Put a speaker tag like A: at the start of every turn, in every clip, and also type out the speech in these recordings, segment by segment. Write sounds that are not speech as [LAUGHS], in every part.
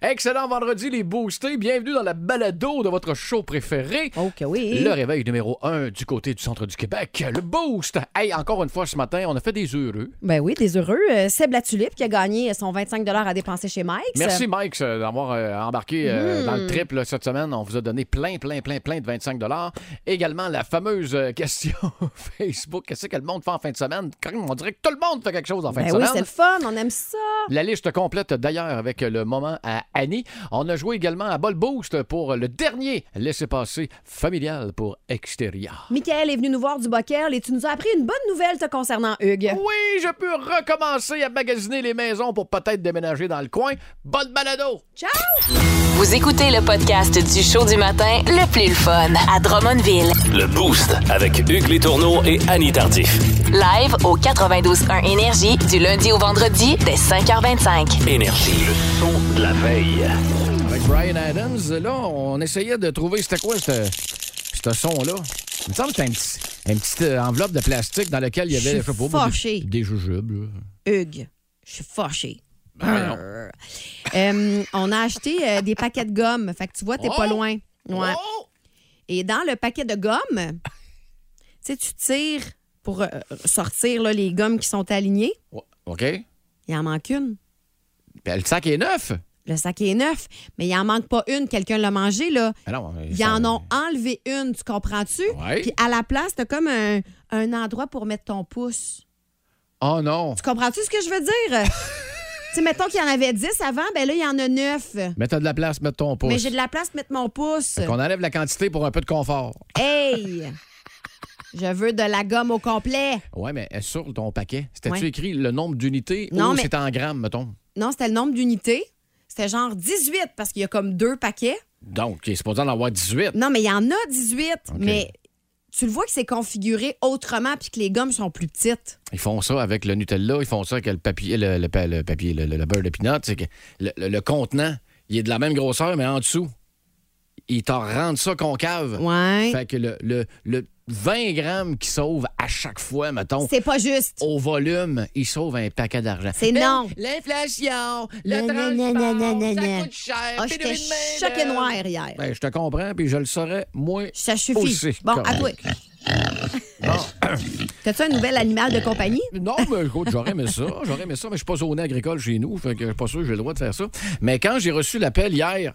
A: Excellent vendredi, les boostés. Bienvenue dans la balado de votre show préféré.
B: OK, Oh, oui.
A: Le réveil numéro 1 du côté du centre du Québec, le boost. Hey, encore une fois ce matin, on a fait des heureux.
B: Ben oui, des heureux. Euh, Seb La Tulipe qui a gagné euh, son 25 à dépenser chez Mike.
A: Merci Mike euh, d'avoir euh, embarqué euh,
B: Mm.
A: dans le trip là, cette semaine. On vous a donné plein, plein, plein, plein de 25 Également la fameuse euh, [LAUGHS] question Facebook. Qu'est-ce que le monde fait en fin de semaine? Crime, On dirait que tout le monde fait quelque chose en fin
B: Ben
A: de
B: oui,
A: semaine.
B: c'est le fun, on aime ça.
A: La liste complète d'ailleurs avec le moment à Annie. On a joué également à Bol Boost pour le dernier laissez-passer familial pour Extérieur.
B: Michael est venu nous voir du Bockel et tu nous as appris une bonne nouvelle te concernant Hugues.
A: Oui, je peux recommencer à magasiner les maisons pour peut-être déménager dans le coin. Bonne balado!
B: Ciao!
C: Vous écoutez le podcast du show du matin le plus le fun à Drummondville.
D: Le Boost avec Hugues Létourneau et Annie Tardif.
C: Live au 92.1 Énergie du lundi au vendredi dès 5h25.
D: Énergie. Le son de la veille.
A: Avec Brian Adams, là, on essayait de trouver c'était quoi ce, ce son-là. Il me semble que c'était une, petit- une petite euh, enveloppe de plastique dans laquelle il y avait
B: Je
A: je
B: suis
A: sais pas, moi,
B: fâchée.
A: des, des jujubes. là.
B: Hugues, je suis fâchée.
A: Ben non.
B: Euh, euh, [LAUGHS] on a acheté euh, des paquets de gomme. Fait que tu vois, t'es pas
A: Oh!
B: loin. Ouais.
A: Oh!
B: Et dans le paquet de gomme, tu sais, tu tires pour euh, sortir là, les gommes qui sont alignées.
A: Ouais, OK. Ben,
B: Il en manque une.
A: le sac est neuf.
B: Le sac est neuf, mais il en manque pas une. Quelqu'un l'a mangé, là.
A: Ben non, mais
B: Ils
A: ça-
B: en ont enlevé une, tu comprends-tu?
A: Ouais.
B: Puis à la place, t'as comme un, un endroit pour mettre ton pouce.
A: Oh non.
B: Tu comprends-tu ce que je veux dire?
A: [LAUGHS]
B: tu sais, mettons qu'il y en avait 10 avant, ben là, il y en a 9.
A: Mais t'as de la place, mets ton pouce.
B: Mais j'ai de la place pour mettre mon pouce.
A: Fait qu'on enlève la quantité pour un peu de confort.
B: Hey! Je veux de la gomme au complet.
A: Ouais, mais sur ton paquet, c'était-tu
B: Ouais.
A: écrit le nombre d'unités
B: Non,
A: ou
B: mais-
A: c'était en grammes, mettons?
B: Non, c'était le nombre d'unités. C'était genre 18 parce qu'il y a comme deux paquets.
A: Donc, il est supposé en avoir 18.
B: Non, mais il y en a 18, mais tu le vois que c'est configuré autrement puis que les gommes sont plus petites.
A: Ils font ça avec le Nutella, ils font ça avec le papier, le, le pa- le papier, le, le- le beurre de pinot. C'est que le, le- le contenant, il est de la même grosseur, mais en dessous, ils t'en rendent ça concave.
B: Ouais.
A: Fait que le, le- le 20 grammes qu'ils sauvent à chaque fois, mettons,
B: C'est pas juste.
A: au volume, ils sauvent un paquet d'argent.
B: C'est non.
A: L'inflation,
B: Nan,
A: le
B: nan, nan,
A: transport,
B: nan, nan, nan.
A: ça coûte cher.
B: Ah,
A: pénurie
B: j'étais
A: de main-d'œuvre.
B: choqué noir hier.
A: Ben, je te comprends, puis je le saurais, moi.
B: Ça suffit.
A: Aussi,
B: bon, à toi.
A: correct.
B: T'as-tu un nouvel animal de compagnie?
A: Non, mais écoute, j'aurais aimé
B: [LAUGHS]
A: ça. J'aurais aimé ça, mais je suis pas zoné agricole chez nous. Fait que je suis pas sûr que j'ai le droit de faire ça. Mais quand j'ai reçu l'appel hier,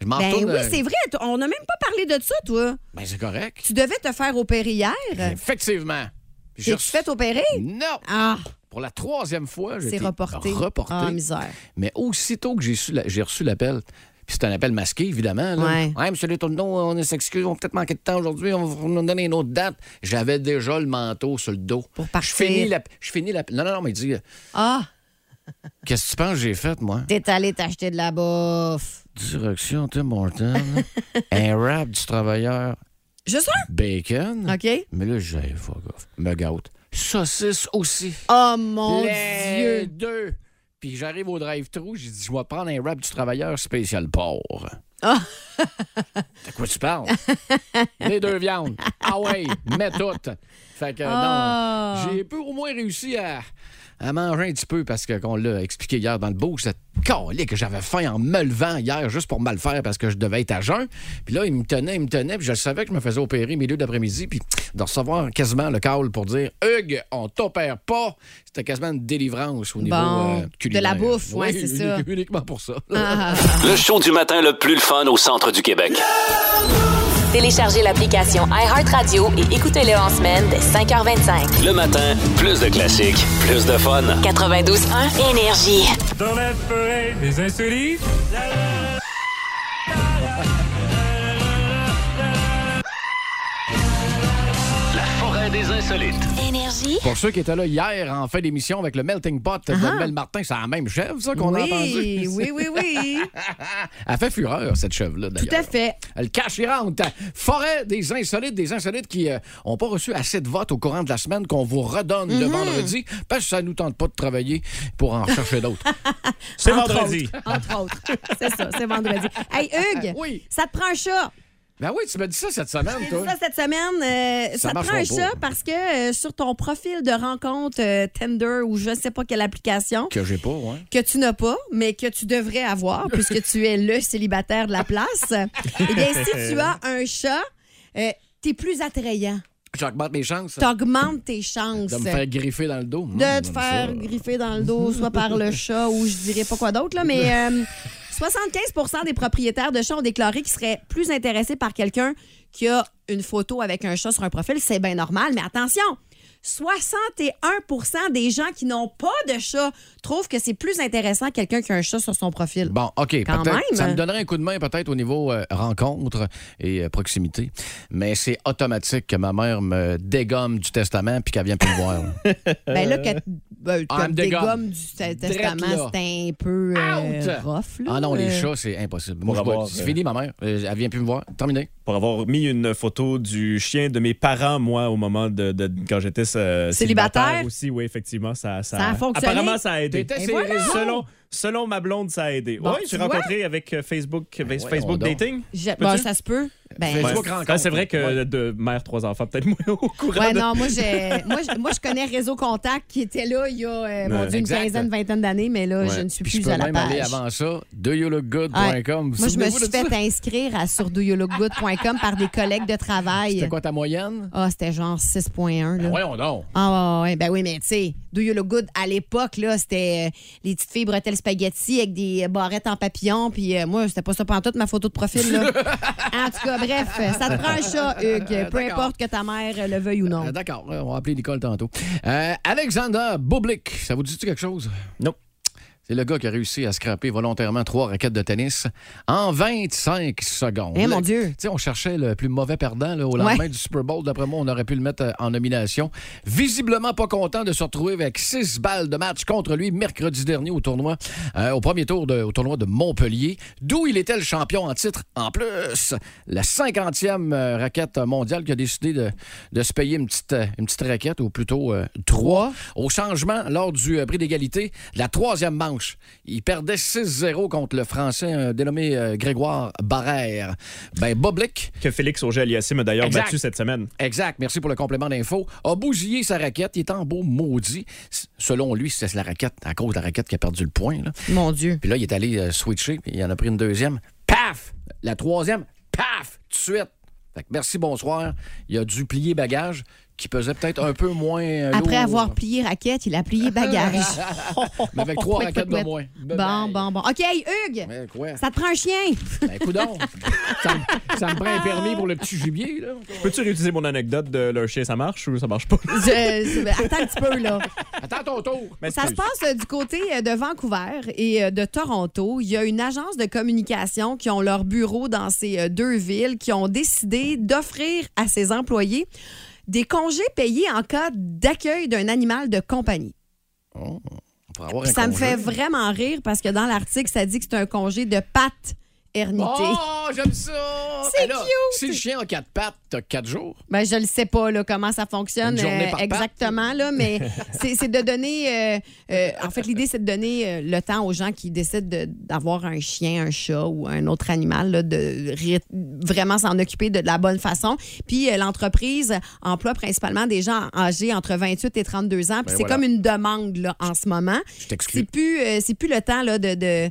A: je m'en
B: Ben
A: retourne.
B: oui,
A: euh,
B: c'est vrai. t- On n'a même pas parlé de ça, toi.
A: Ben, c'est correct.
B: Tu devais te faire opérer hier.
A: Ben, Effectivement. Puis j'ai
B: T'es-tu
A: reçu-
B: fait opérer?
A: Non!
B: Ah,
A: Pour la troisième fois, j'ai
B: c'est
A: été
B: reporté.
A: reporté.
B: Ah, misère.
A: Mais aussitôt que j'ai su la- j'ai reçu l'appel, puis c'est un appel masqué, évidemment. Là.
B: Ouais.
A: monsieur Letourneau, on s'excuse, on va peut-être manquer de temps aujourd'hui, on va nous donner une autre date. J'avais déjà le manteau sur le dos.
B: Pour partir.
A: Je finis la. Je finis la non, non, non, mais il dit, euh,
B: Ah,
A: qu'est-ce que tu penses que j'ai fait, moi?
B: t'es allé t'acheter de la bouffe.
A: Direction Tim Hortons,
B: [LAUGHS]
A: un rap du travailleur
B: Juste
A: bacon.
B: un? OK.
A: Mais là, j'ai fuck off. Me gâte. Saucisse aussi.
B: Oh, mon
A: Les
B: Dieu.
A: deux. Puis j'arrive au drive-thru, j'ai dit, je vais prendre un rap du travailleur spécial porc.
B: Ah.
A: [LAUGHS] De quoi tu parles? Les deux viandes. Ah ouais, mets toutes. Fait que
B: Ah.
A: non, j'ai peu au moins réussi à, à manger un petit peu parce que, qu'on l'a expliqué hier dans le beau, cette calée que j'avais faim en me levant hier juste pour mal faire parce que je devais être à jeun. Puis là, il me tenait, il me tenait, puis je savais que je me faisais opérer milieu d'après-midi, puis de recevoir quasiment le call pour dire Hugues, on t'opère pas. C'était quasiment une délivrance au niveau
B: Bon,
A: euh, culinaire.
B: de la bouffe, ouais,
A: Oui,
B: c'est ça.
A: Uniquement pour ça.
B: Ah,
D: Le show du matin le plus le fun au centre du Québec.
C: Téléchargez l'application iHeartRadio et écoutez-le en semaine dès 5h25.
D: Le matin, plus de classiques, plus de fun.
C: 92.1 Énergie.
E: Dans la forêt des insolites.
D: La forêt des insolites.
C: Énergie.
A: Pour ceux qui étaient là hier en fin d'émission avec le Melting Pot de Mel Martin, c'est la même chèvre, ça, qu'on a
B: oui,
A: entendu. [LAUGHS]
B: oui, oui, oui.
A: Elle fait fureur, cette chèvre-là,
B: Tout
A: d'ailleurs.
B: à fait.
A: Elle cache et rentre. Forêt des insolites, des insolites qui n'ont pas reçu assez de votes au courant de la semaine qu'on vous redonne
B: Mm-hmm.
A: le vendredi parce que ça nous tente pas de travailler pour en chercher
B: [LAUGHS]
A: d'autres.
E: C'est
B: Entre
E: vendredi.
B: autres, entre autres. C'est ça, c'est vendredi. Hey, Hugues,
A: [LAUGHS] Oui.
B: ça te prend un chat.
A: Ben oui, tu m'as dit ça cette semaine,
B: [LAUGHS] J'ai
A: toi.
B: dit ça cette semaine. euh,
A: Ça
B: ça, te
A: marchera
B: prend un
A: pas.
B: chat parce que euh, sur ton profil de rencontre euh, Tinder ou je ne sais pas quelle application
A: Que j'ai pas, ouais.
B: que tu n'as pas, mais que tu
A: [LAUGHS]
B: devrais avoir puisque tu es le célibataire de la place, eh bien, si tu as un chat, euh, t'es plus attrayant.
A: J'augmente mes chances
B: T'augmentes tes chances.
A: de me faire griffer dans le dos.
B: de
A: Hum,
B: te
A: j'aime
B: faire
A: ça.
B: griffer dans le dos, soit
A: [LAUGHS]
B: par le chat ou je dirais pas quoi d'autre, là, mais euh, 75 des propriétaires de chats ont déclaré qu'ils seraient plus intéressés par quelqu'un qui a une photo avec un chat sur un profil. C'est bien normal, mais attention! 61 des gens qui n'ont pas de chat trouvent que c'est plus intéressant quelqu'un qui a un chat sur son profil.
A: Bon, OK.
B: Quand
A: peut-être-
B: même.
A: Ça me donnerait un coup de main peut-être au niveau euh, rencontre et euh, proximité. Mais c'est automatique que ma mère me dégomme du testament puis qu'elle vient plus me
B: [LAUGHS]
A: voir.
B: Ben là, que ben,
A: Ah,
B: que
A: me dégomme.
B: dégomme du te-
A: Drette
B: testament,
A: là.
B: c'était un peu euh,
A: Out!
B: rough. là.
A: ah non, les
B: Euh,
A: chats, c'est impossible.
F: Pour
A: Moi, je
F: avoir,
A: bois- c'est
F: euh,
A: fini, ma mère. Euh, Elle vient plus me voir. Terminé.
F: Pour avoir mis une photo du chien de mes parents, moi, au moment de, de- quand j'étais euh, célibataire.
B: Célibataire.
F: aussi, oui, effectivement, ça, ça,
B: Ça a fonctionné.
F: Apparemment, ça a aidé.
A: T'étais
B: Et
A: sur les
B: voilà.
A: réseaux.
F: Selon, selon ma blonde, ça a aidé.
B: Bon,
F: oui,
B: tu
F: j'ai
B: vois.
F: rencontré avec euh, Facebook, Facebook
A: Ben, voyons donc.
F: Dating.
B: je-
F: Peux-tu?
B: ben, ça se peut. Ben,
A: Facebook
F: Ouais.
A: rencontre.
F: Ah, c'est vrai que de mère, trois enfants, peut-être moins au courant.
B: Ouais,
F: de-
B: non, moi, j'ai- moi, je- moi, je connais Réseau Contact qui était là il y a euh, mon
F: Ouais.
B: Dieu, une
A: Exact.
B: quinzaine, vingtaine d'années, mais là,
A: Ouais.
B: je ne suis
A: Puis
B: plus
A: je peux
B: à la
A: même aller
B: page.
A: avant ça,
B: Ouais.
A: doyouloggood.com.
B: Moi, je me
A: Souvenez-vous
B: suis
A: de ça?
B: fait inscrire à sur doyoulookgood.com par des collègues de
A: C'était
B: travail.
A: quoi ta moyenne?
B: Ah, c'était genre 6.1. là.
A: Voyons donc.
B: Ah, ouais, ouais, ben oui, mais tu sais, Do You Look Good, à l'époque, là, c'était euh, les petites filles bretelles spaghetti avec des barrettes en papillon, puis euh, moi, c'était pas ça pendant toute ma photo de
A: [LAUGHS]
B: profil, là. en tout cas, bref, ça te prend un chat, Hugues, peu importe que ta mère le veuille ou non.
A: Euh, D'accord, euh, on va appeler l'école tantôt. Euh, Alexander Bublik, ça vous dit-tu quelque chose?
F: Non.
A: C'est le gars qui a réussi à scraper volontairement trois raquettes de tennis en 25 secondes.
B: Eh,
A: Le-
B: mon Dieu.
A: Tu sais, on cherchait le plus mauvais perdant là, au lendemain du Super Bowl. D'après moi, on aurait pu le mettre euh, en nomination. Visiblement pas content de se retrouver avec six balles de match contre lui mercredi dernier au tournoi, euh, au premier tour de, au tournoi de Montpellier, d'où il était le champion en titre en plus. La 50e euh, raquette mondiale qui a décidé de, de se payer une petite, euh, une petite raquette, ou plutôt euh, trois, au changement lors du euh, prix d'égalité de la troisième manche. Il perdait 6-0 contre le Français euh, dénommé euh, Grégoire Barrère. Ben, Boblik,
F: Que Félix Auger-Aliassime a d'ailleurs
A: Exact.
F: battu cette semaine.
A: exact, merci pour le complément d'info, a bousillé sa raquette. Il est en beau maudit. S- Selon lui, c'est la raquette, à cause de la raquette qui a perdu le point. là.
B: Mon Dieu.
A: Puis là, il est allé euh, switcher, puis il en a pris une deuxième. Paf! La troisième, paf! Tout de suite. Fait que merci, bonsoir. Il a dû plier bagage qui pesait peut-être un peu moins. euh,
B: Après
A: lourd.
B: avoir plié raquette, il
A: [LAUGHS]
B: a plié bagage.
A: Mais avec trois raquettes de moins.
B: Bon, bon, bon. OK, Hugues,
A: Mais quoi?
B: ça te prend un chien.
A: Ben, coudonc. ça, me- ça me prend un permis pour le petit gibier, là.
F: Peux-tu réutiliser mon anecdote de leur chien, ça marche ou ça marche pas?
B: Je- je- attends un petit peu, là.
A: Attends ton tour.
B: Ça se passe euh, du côté euh, de Vancouver et euh, de Toronto. Il y a une agence de communication qui ont leur bureau dans ces euh, deux villes qui ont décidé d'offrir à ses employés des congés payés en cas d'accueil d'un animal de compagnie.
A: Pour avoir
B: Puis
A: un
B: ça me
A: congé.
B: fait vraiment rire parce que dans l'article, ça dit que c'est un congé de pattes hernitées.
A: Oh, j'aime ça!
B: C'est
A: Alors,
B: cute.
A: Si le chien a quatre pattes, t'as quatre jours.
B: Ben, je le sais pas là, comment ça fonctionne
A: Une
B: euh,
A: journée par
B: exactement,
A: [LAUGHS]
B: là, mais c'est c'est de donner. euh, euh, en fait, l'idée, c'est de donner euh, le temps aux gens qui décident de- d'avoir un chien, un chat ou un autre animal, là, de ré- vraiment s'en occuper de, de la bonne façon. Puis euh, l'entreprise emploie principalement des gens âgés entre 28 et 32 ans. Puis c'est
A: Ben, voilà.
B: comme une demande là, en ce moment.
A: Je
B: C'est
A: t'excuse.
B: plus, euh, c'est plus le temps là, de. de-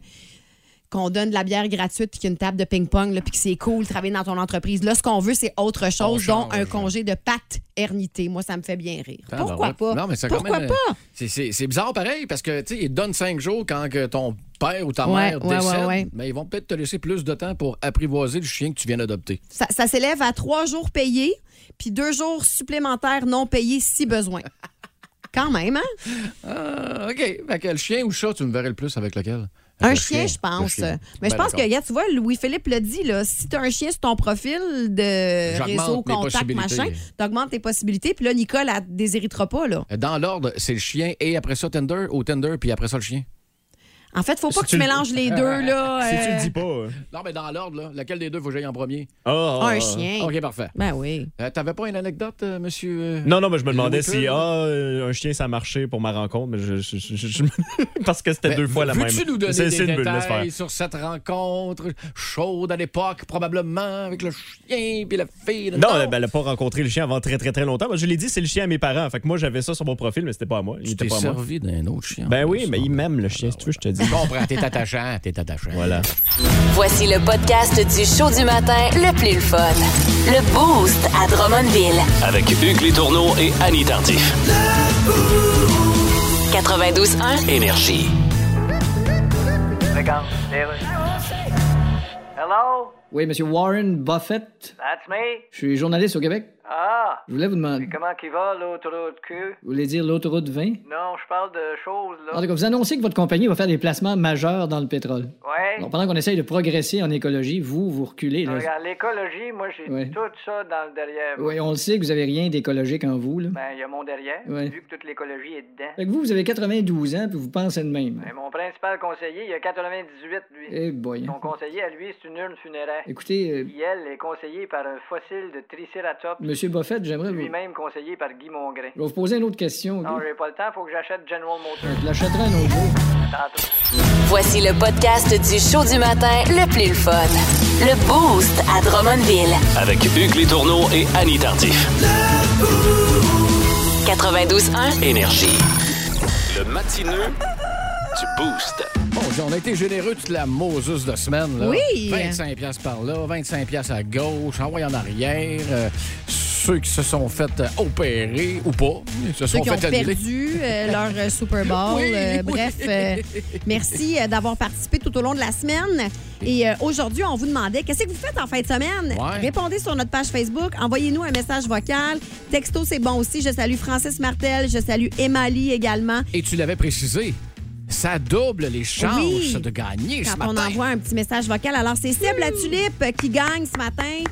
B: qu'on donne de la bière gratuite puis qu'il y a une table de ping-pong là, puis que c'est cool de travailler dans ton entreprise. Là, ce qu'on veut, c'est autre chose,
A: On
B: dont
A: change.
B: un congé de paternité. Moi, ça me fait bien rire.
A: Ah,
B: Pourquoi
A: ben ouais.
B: pas?
A: Non, mais c'est quand
B: Pourquoi
A: même, euh,
B: pas?
A: C'est- C'est c'est bizarre pareil parce que, tu sais, ils te donnent cinq jours quand que ton père ou ta
B: Ouais,
A: mère
B: ouais, ouais,
A: décède,
B: ouais.
A: mais ils vont peut-être te laisser plus de temps pour apprivoiser le chien que tu viens d'adopter.
B: Ça, ça s'élève à trois jours payés puis deux jours supplémentaires non payés
A: [LAUGHS]
B: si besoin. Quand même, hein?
A: Ah, OK. Fait que le chien ou le chat, tu me verrais le plus avec lequel?
B: Un
A: Le
B: chien, je
A: le
B: pense.
A: chien.
B: Mais je
A: Ben,
B: pense que,
A: d'accord.
B: regarde, tu vois, Louis-Philippe le dit, là, si tu as un chien sur ton profil de
A: J'augmente
B: réseau,
A: mes
B: contact,
A: possibilités.
B: machin, tu augmentes tes possibilités. Puis là, Nicole, elle ne
A: Euh,
B: déshéritera pas. Là.
A: Dans l'ordre, c'est le chien et après ça Tinder ou Tinder puis après ça le chien.
B: En fait, faut
F: Si
B: pas que
F: tu
B: tu
F: le-
B: mélanges les deux, là.
F: [LAUGHS] Si tu
B: euh,
F: le dis pas. euh,
A: Non, mais dans l'ordre, là, lequel des deux faut que j'aille en premier?
F: ah, ah,
B: Un
F: ah.
B: chien.
A: OK, parfait.
B: Ben oui.
A: Euh, T'avais pas une anecdote, euh, monsieur? euh?
F: Non, non, mais je me demandais
A: Louis
F: si
A: Peel,
F: ah, euh, un chien, ça marchait pour ma rencontre, mais je, je- je- je- [LAUGHS] je- parce que c'était
A: Mais
F: deux fois la même.
A: Ben, Veux-tu nous donner
F: C'est-
A: des
F: c'est une bulle, laisse faire.
A: détails sur cette rencontre chaude à l'époque, probablement, avec le chien puis la fille?
F: Non, elle- ben, elle n'a pas rencontré le chien avant très, très, très longtemps. Moi, Je l'ai dit, c'est le chien à mes parents. Fait que moi, j'avais ça sur mon profil, mais c'était pas à moi. Il
A: tu
F: était
A: t'es
F: pas à moi.
A: servi Ah d'un autre chien.
F: Ben oui, mais il m'aime, le chien, si tu veux, je te dis.
A: Je comprends, t'es attachant, t'es attachant.
F: Voilà.
C: Voici le podcast du show du matin le plus le fun. Le Boost à Drummondville.
D: Avec Hugues Létourneau et Annie Tardif.
C: 92.1.
D: Énergie.
G: Regarde, les rues. Hello,
H: Oui, monsieur Warren Buffett.
G: that's me.
H: Je suis journaliste au Québec.
G: Ah,
H: Je voulais vous demander.
G: comment qui va l'autoroute Q?
H: Vous voulez dire l'autoroute 20?
G: Non, je parle de choses,
H: En
G: là.
H: tout cas, vous annoncez que votre compagnie va faire des placements majeurs dans le pétrole.
G: Ouais.
H: Alors, pendant qu'on essaye de progresser en écologie, vous, vous reculez. là.
G: Regarde, l'écologie, moi, j'ai
H: Ouais.
G: tout ça dans le derrière. moi.
H: Oui, on le sait que vous avez rien d'écologique en vous. Là.
G: Ben, il y a mon derrière,
H: Ouais.
G: vu que toute l'écologie est dedans.
H: Fait que vous, vous avez 92 ans, puis vous pensez de même.
G: Mais mon principal conseiller, il a 98, lui.
H: Eh boy.
G: Son conseiller, à lui, c'est une urne funéraire.
H: Écoutez, euh,
G: Qui, elle, est conseillée par un fossile de Triceratops,
H: monsieur Buffett, j'aimerais vous...
G: lui-même conseillé par Guy Mongrain.
H: Je vais vous poser une autre question.
G: Non,
H: ok?
G: j'ai pas le temps, faut que j'achète General Motors.
H: Je l'achèterai un autre jour.
G: Tantôt.
C: Voici le podcast du show du matin le plus le fun. Le Boost à Drummondville.
D: Avec Hugues Létourneau et Annie Tardif.
C: 92.1.
D: Énergie. Le matineux du Boost.
A: Bon, on a été généreux toute la Moses de semaine. Là.
B: Oui.
A: 25 pièces par là, 25 pièces à gauche, envoyé en arrière. euh, ceux qui se sont fait euh, opérer ou pas, ils se
B: Ceux
A: sont
B: qui ont
A: fait annuler.
B: perdu euh, leur euh, Super Bowl.
A: Oui,
B: euh,
A: oui.
B: Bref, euh, merci euh, d'avoir participé tout au long de la semaine. Et euh, aujourd'hui, on vous demandait qu'est-ce que vous faites en fin de semaine?
A: Ouais.
B: Répondez sur notre page Facebook, envoyez-nous un message vocal. Texto, c'est bon aussi. Je salue Francis Martel, je salue Emily également.
A: Et tu l'avais précisé, ça double les chances
B: Oui.
A: de gagner ce
B: Quand on
A: matin.
B: envoie un petit message vocal, alors c'est Seb la tulipe qui gagne ce matin.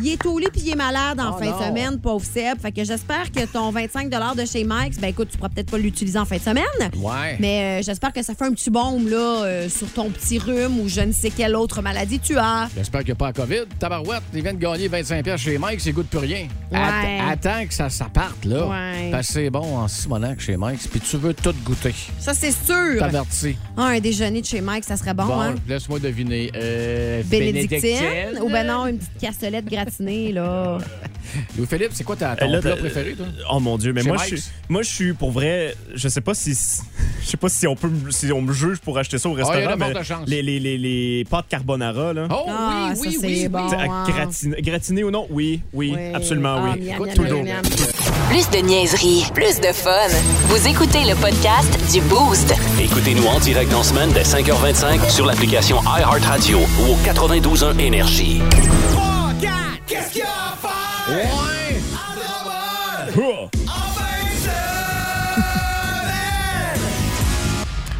B: Il est au lit puis il est malade en
A: Oh
B: fin de
A: non.
B: semaine, pauvre Seb. Fait que j'espère que ton 25 de chez Mike's, ben écoute, tu pourras peut-être pas l'utiliser en fin de semaine.
A: Ouais.
B: Mais euh, j'espère que ça fait un petit baume là, euh, sur ton petit rhume ou je ne sais quelle autre maladie tu as.
A: J'espère qu'il n'y a pas la COVID. Tabarouette, ils viennent de gagner 25 pièces chez Mike, c'est goût de plus rien.
B: Ouais.
A: Att- attends que ça, ça parte, là.
B: Ouais.
A: Parce que c'est bon en Simonac chez Mike, puis tu veux tout goûter.
B: Ça, c'est sûr.
A: T'avertis.
B: Ah, un déjeuner de chez Mike, ça serait bon,
A: Bon,
B: hein?
A: laisse-moi deviner. Euh,
B: Bénédictine, ou ben non, une petite cassolette gratinée, là.
A: Louis-Philippe, c'est quoi ta, ton
F: Euh, là,
A: plat
F: t'as-
A: préféré, toi?
F: Oh mon Dieu, mais
A: Chez
F: moi
A: Mike's.
F: je, suis, moi, je suis pour vrai. Je sais pas si, [LAUGHS] je sais pas si on peut, me- si on me juge pour acheter ça au
A: Ah, il y a
F: restaurant,
A: de
F: mais
A: fortes chances.
F: les, les, les, les pâtes carbonara là.
A: Oh,
B: Ah,
A: oui,
B: ça,
A: oui,
B: c'est
A: oui.
B: bon.
A: oui.
F: Tu sais, à
B: wow.
F: gratiner, gratiner ou non, oui, oui, absolument
B: Ah,
F: oui.
B: miam,
A: Écoute,
B: miam,
A: toujours.
B: miam, miam.
C: Plus de niaiserie, plus de fun. Vous écoutez le podcast du Boost.
D: Écoutez-nous en direct dans la semaine dès 5h25 sur l'application iHeartRadio ou au 92.1 Énergie.
A: Ouais.
F: Oh!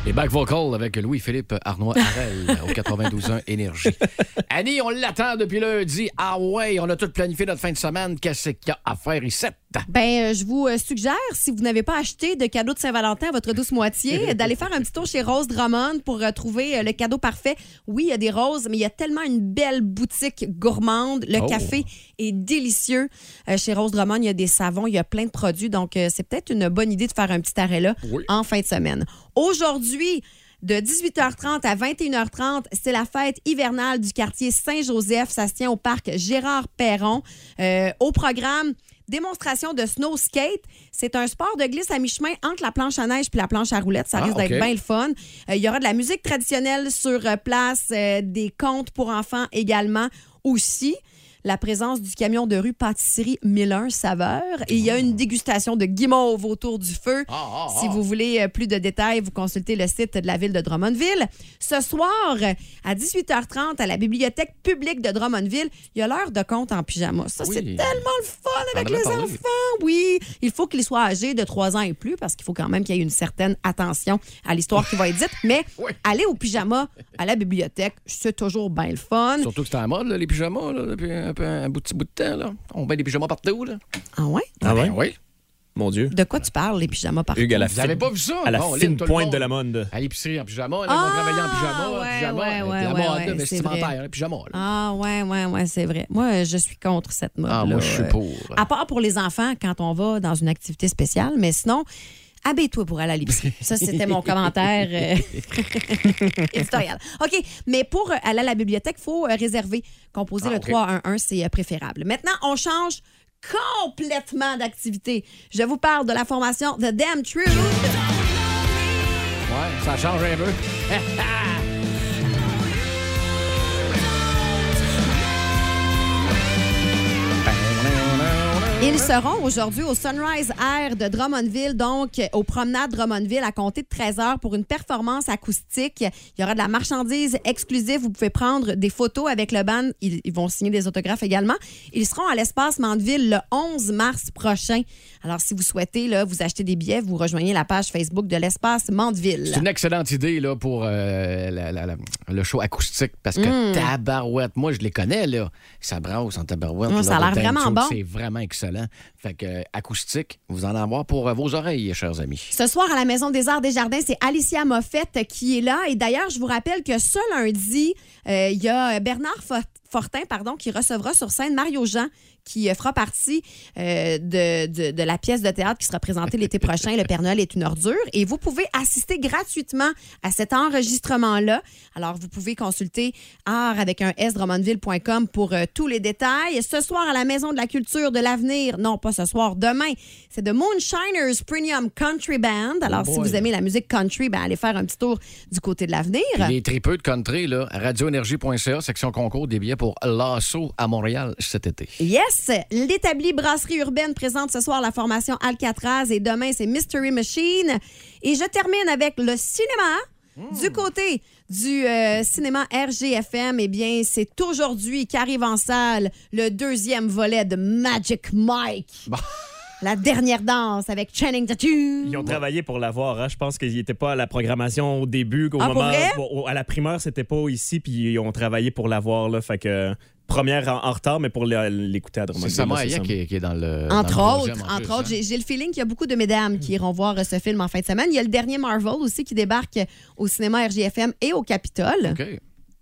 A: Les back vocals avec Louis-Philippe
B: [LAUGHS]
A: Arnois-Harel au 92.1 Énergie. Annie, on l'attend depuis lundi. Ah ouais, on a tout planifié notre fin de semaine. Qu'est-ce qu'il y a à faire ici? Ah,
B: Ben, euh, je vous euh, suggère, si vous n'avez pas acheté de cadeau de Saint-Valentin à votre
A: [LAUGHS]
B: douce moitié, d'aller faire un petit tour chez Rose Drummond pour euh, trouver euh, le cadeau parfait. Oui, il y a des roses, mais il y a tellement une belle boutique gourmande. Le
A: Oh.
B: café est délicieux. Euh, chez Rose Drummond, il y a des savons, il y a plein de produits. Donc, euh, c'est peut-être une bonne idée de faire un petit arrêt là
A: Oui.
B: en fin de semaine. Aujourd'hui, de 18h30 à 21h30, c'est la fête hivernale du quartier Saint-Joseph. Ça se tient au parc Gérard Perron. Euh, au programme, démonstration de snow skate. C'est un sport de glisse à mi-chemin entre la planche à neige et la planche à roulettes. Ça
A: Ah,
B: risque
A: ok.
B: d'être bien le fun. Euh, Il y aura de la musique traditionnelle sur euh, place, euh, des contes pour enfants également aussi. La présence du camion de rue pâtisserie 1001 Saveur. Et il y a une dégustation de guimauve autour du feu.
A: Ah, ah, ah.
B: Si vous voulez euh, plus de détails, vous consultez le site de la ville de Drummondville. Ce soir, euh, à 18h30, à la bibliothèque publique de Drummondville, il y a l'heure de compte en pyjama. Ça,
A: Oui.
B: c'est tellement le fun avec
A: en avait
B: les
A: parlé.
B: enfants, oui. Il faut qu'ils soient âgés de 3 ans et plus parce qu'il faut quand même qu'il y ait une certaine attention à l'histoire qui va être dite. Mais
A: [LAUGHS] Oui.
B: aller au pyjama à la bibliothèque, c'est toujours bien le fun.
A: Surtout que c'est en mode, là, les pyjamas, là, depuis un, peu- un bout, petit bout de temps. Là. On met des pyjamas partout. Là.
B: Ah ouais?
F: Ah ouais?
A: Ben oui.
F: Mon Dieu.
B: De quoi tu parles, les pyjamas partout?
F: Hugues à la
A: Vous avez
F: fine,
A: pas vu ça?
F: à la
A: Bon,
F: fine
A: ligne, tout le
F: pointe
A: monde.
F: de la mode.
A: À l'épicerie en pyjama, là,
B: Ah,
A: on travaillait en pyjama,
B: ouais,
A: pyjama,
B: ouais,
A: avec
B: ouais,
A: la
B: ouais,
A: mode
B: ouais, c'est
A: vestimentaire,
B: vrai.
A: le pyjama. là.
B: Ah, ouais, ouais, ouais, c'est vrai. Moi, je suis contre cette mode-là.
A: Ah, moi, je suis
B: Euh,
A: pour.
B: À part pour les enfants, quand on va dans une activité spéciale, mais sinon, habille-toi pour aller à l'épicerie. Ça, c'était mon commentaire euh, [LAUGHS] éditorial. OK, mais pour euh, aller à la bibliothèque, il faut euh, réserver. Composer
A: Ah,
B: le
A: OK.
B: 3-1-1, c'est euh, préférable. Maintenant, on change complètement d'activité. Je vous parle de la formation The Damn Truth.
A: Ouais, ça change un peu.
B: Ils seront aujourd'hui au Sunrise Air de Drummondville, donc euh, aux promenades Drummondville à compter de 13 heures pour une performance acoustique. Il y aura de la marchandise exclusive. Vous pouvez prendre des photos avec le band. Ils, ils vont signer des autographes également. Ils seront à l'espace Mandeville le 11 mars prochain. Alors, si vous souhaitez, là, vous achetez des billets, vous rejoignez la page Facebook de l'espace Mandeville.
A: C'est une excellente idée là, pour euh, la- la- la- le show acoustique parce
B: Mm.
A: que tabarouette, moi je les connais là, ça brasse en tabarouette.
B: Mm,
A: là,
B: ça a
A: le
B: l'air
A: Dame
B: vraiment
A: Tune,
B: bon.
A: C'est vraiment excellent. Fait que euh, acoustique, vous en avoir pour euh, vos oreilles, chers amis.
B: Ce soir, à la Maison des Arts des Jardins, c'est Alicia Moffette qui est là. Et d'ailleurs, je vous rappelle que ce lundi, euh, il y a Bernard Fo- Fortin pardon, qui recevra sur scène Mario Jean, qui euh, fera partie euh, de, de- de la pièce de théâtre qui sera présentée l'été prochain, Le Père Noël est une ordure. Et vous pouvez assister gratuitement à cet enregistrement-là. Alors, vous pouvez consulter art avec un s drummondville.com pour euh, tous les détails. Ce soir, à la Maison de la Culture de l'Avenir, non, pas ce soir, demain, c'est The Moonshiners Premium Country Band. Alors,
A: Oh
B: si
A: boy.
B: vous aimez la musique country, ben, allez faire un petit tour du côté de l'Avenir.
A: Puis les tripeux de country, là, radioénergie.ca, section concours, des billets pour Lasso à Montréal cet été.
B: Yes! L'établi Brasserie Urbaine présente ce soir la formation Alcatraz et demain, c'est Mystery Machine. Et je termine avec le cinéma.
F: Hmm.
B: Du côté du euh, cinéma RGFM, eh bien, c'est aujourd'hui qu'arrive en salle le deuxième volet de Magic Mike.
A: Bon.
B: La dernière danse avec Channing Tatum.
F: Ils ont travaillé pour l'avoir. hein. Je pense qu'ils n'étaient pas à la programmation au début, au
B: Ah, pour
F: moment
B: vrai?
F: au- à la primeur, c'était pas ici, puis ils ont travaillé pour l'avoir. Là, fait que première en, en retard, mais pour l'é- l'écouter à
A: C'est
F: Drummondville. là,
A: Samaya
F: ça.
A: qui, est- qui est dans le.
B: Entre
A: dans le
B: autres,
A: deuxième, en plus,
B: entre
A: hein.
B: autres, j'ai j'ai le feeling qu'il y a beaucoup de mesdames qui iront voir euh, ce film en fin de semaine. Il y a le dernier Marvel aussi qui débarque au cinéma RGFM et au Capitole.
A: OK.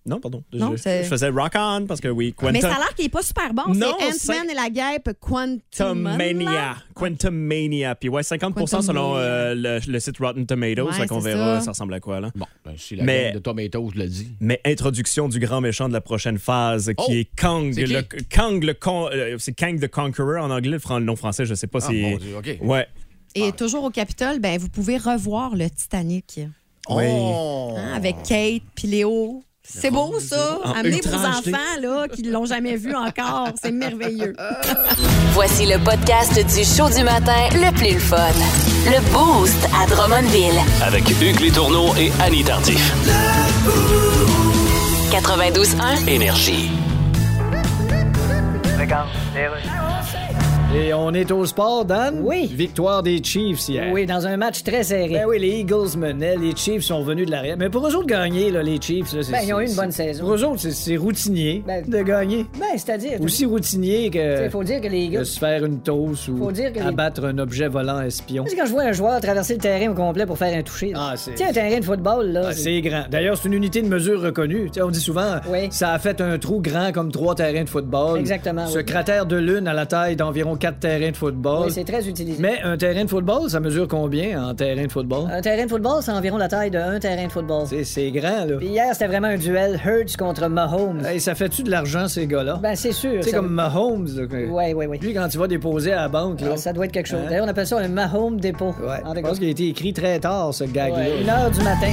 F: Non, pardon.
B: Non,
F: je,
B: c'est- Ah,
F: je faisais Rock On parce que oui, Quentin.
B: Mais ça a l'air qu'il est pas super bon. C'est
F: Non,
B: Ant-Man
F: c'est-
B: et la guêpe Quantumania.
F: Quantumania. Quantumania. Puis ouais, 50 selon euh, le, le site Rotten Tomatoes.
B: Ouais,
F: fait qu'on
B: c'est
F: verra,
B: ça.
F: ça. ressemble à quoi, là.
A: Bon, ben, si la
F: Mais-
A: gang de Tomatoes le dit.
F: Mais introduction du grand méchant de la prochaine phase, qui
A: Oh!
F: est Kang.
A: C'est qui?
F: Le, Kang, le con- euh, c'est Kang the Conqueror en anglais, le, fran- le nom français, je sais pas
A: Ah,
F: si.
A: mon Dieu, OK.
F: Ouais.
B: Et toujours au Capitole, ben, vous pouvez revoir le Titanic
F: Oui.
A: Oh!
B: hein, avec Kate puis Léo. C'est beau, ça.
F: En
B: Amenez vos
F: ultra HD.
B: enfants là, qui ne l'ont jamais vu encore.
A: [LAUGHS]
B: C'est merveilleux.
C: Voici le podcast du show du matin le plus fun. Le Boost à Drummondville.
D: Avec Hugues Létourneau et Annie Tardif.
C: 92.1.
D: Énergie.
G: Regarde, les rues.
I: Et on est au sport, Dan?
H: Oui.
I: Victoire des Chiefs hier.
H: Oui, dans un match très serré.
I: Ben oui, les Eagles menaient, les Chiefs sont venus de l'arrière. Mais pour eux autres, gagner, là, les Chiefs, là, c'est.
H: Ben, ils ont eu une
I: c'est-
H: bonne saison.
I: Pour eux autres, c'est- c'est routinier
H: Ben-
I: de gagner.
H: Ben, c'est-à-dire.
I: Aussi routinier que
H: Il faut dire que les gars.
I: de se faire une tosse ou
H: Faut dire que les-
I: abattre un objet volant espion.
H: Tu sais, quand je vois un joueur traverser le terrain au complet pour faire un toucher. là.
I: Ah, c'est-
H: Tu sais, un terrain de football, là.
I: Ah,
H: c'est-
I: c'est grand. D'ailleurs, c'est une unité de mesure reconnue. Tu sais, on dit souvent,
H: Oui.
I: ça a fait un trou grand comme trois terrains de football.
H: Exactement,
I: Ce
H: oui.
I: cratère de lune à la taille d'environ quatre terrains de football.
H: Oui, ben, c'est très utilisé.
I: Mais un terrain de football, ça mesure combien en terrain de football?
H: Un terrain de football, c'est environ la taille d'un terrain de football.
I: C'est- C'est grand, là.
H: Puis hier, c'était vraiment un duel Hurts contre Mahomes.
I: Hey, ça fait-tu de l'argent, ces gars-là?
H: Ben, c'est sûr.
I: c'est
H: ça-
I: comme Mahomes. là, que-
H: Ouais, ouais, ouais.
I: Lui, quand tu vas déposer à la banque, là.
H: Ah, ça doit être quelque chose.
I: Hein?
H: D'ailleurs, on appelle ça un Mahomes dépôt.
I: Ouais.
H: En
I: Je
H: tout cas,
I: pense qu'il a été écrit très tard, ce gag-là.
H: ouais, une heure du matin.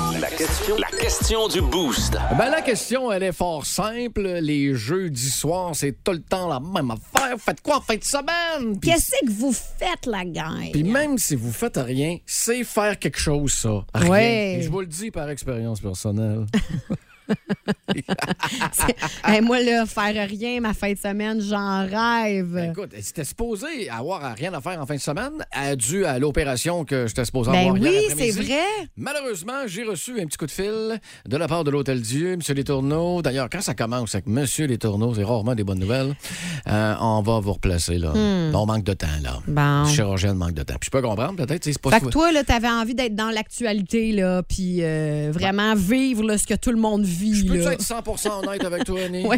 D: La question, la question du boost.
A: Ben, la question, elle est fort simple. Les jeudis soirs, c'est tout le temps la même affaire. Faites quoi en fin de semaine? Puis,
B: Qu'est-ce que vous faites, la gang?
A: puis même si vous faites rien, c'est faire quelque chose, ça. Rien.
B: Ouais.
A: Et je vous le dis par expérience personnelle.
B: C'est- Hey, moi, là, faire rien, ma fin de semaine, j'en rêve.
A: Ben, écoute, c'était supposé avoir à rien à faire en fin de semaine, à- dû à l'opération que j'étais supposé
B: Ben
A: avoir hier
B: oui, c'est
A: après-midi.
B: vrai.
A: Malheureusement, j'ai reçu un petit coup de fil de la part de l'Hôtel Dieu, M. Les Tourneaux. D'ailleurs, quand ça commence avec M. Les Tourneaux, c'est rarement des bonnes nouvelles. Euh, on va vous replacer, là.
B: Hmm.
A: On manque de temps, là.
B: Bon.
A: Le chirurgien manque de temps. Puis je peux comprendre, peut-être. c'est pas
B: Fait que
A: souvent-
B: toi, là, t'avais envie d'être dans l'actualité, là, puis euh, vraiment vivre là, ce que tout le monde vit,
A: Je peux
B: là.
A: être 100 honnête avec
B: [LAUGHS]
A: toi, Annie?
B: Oui.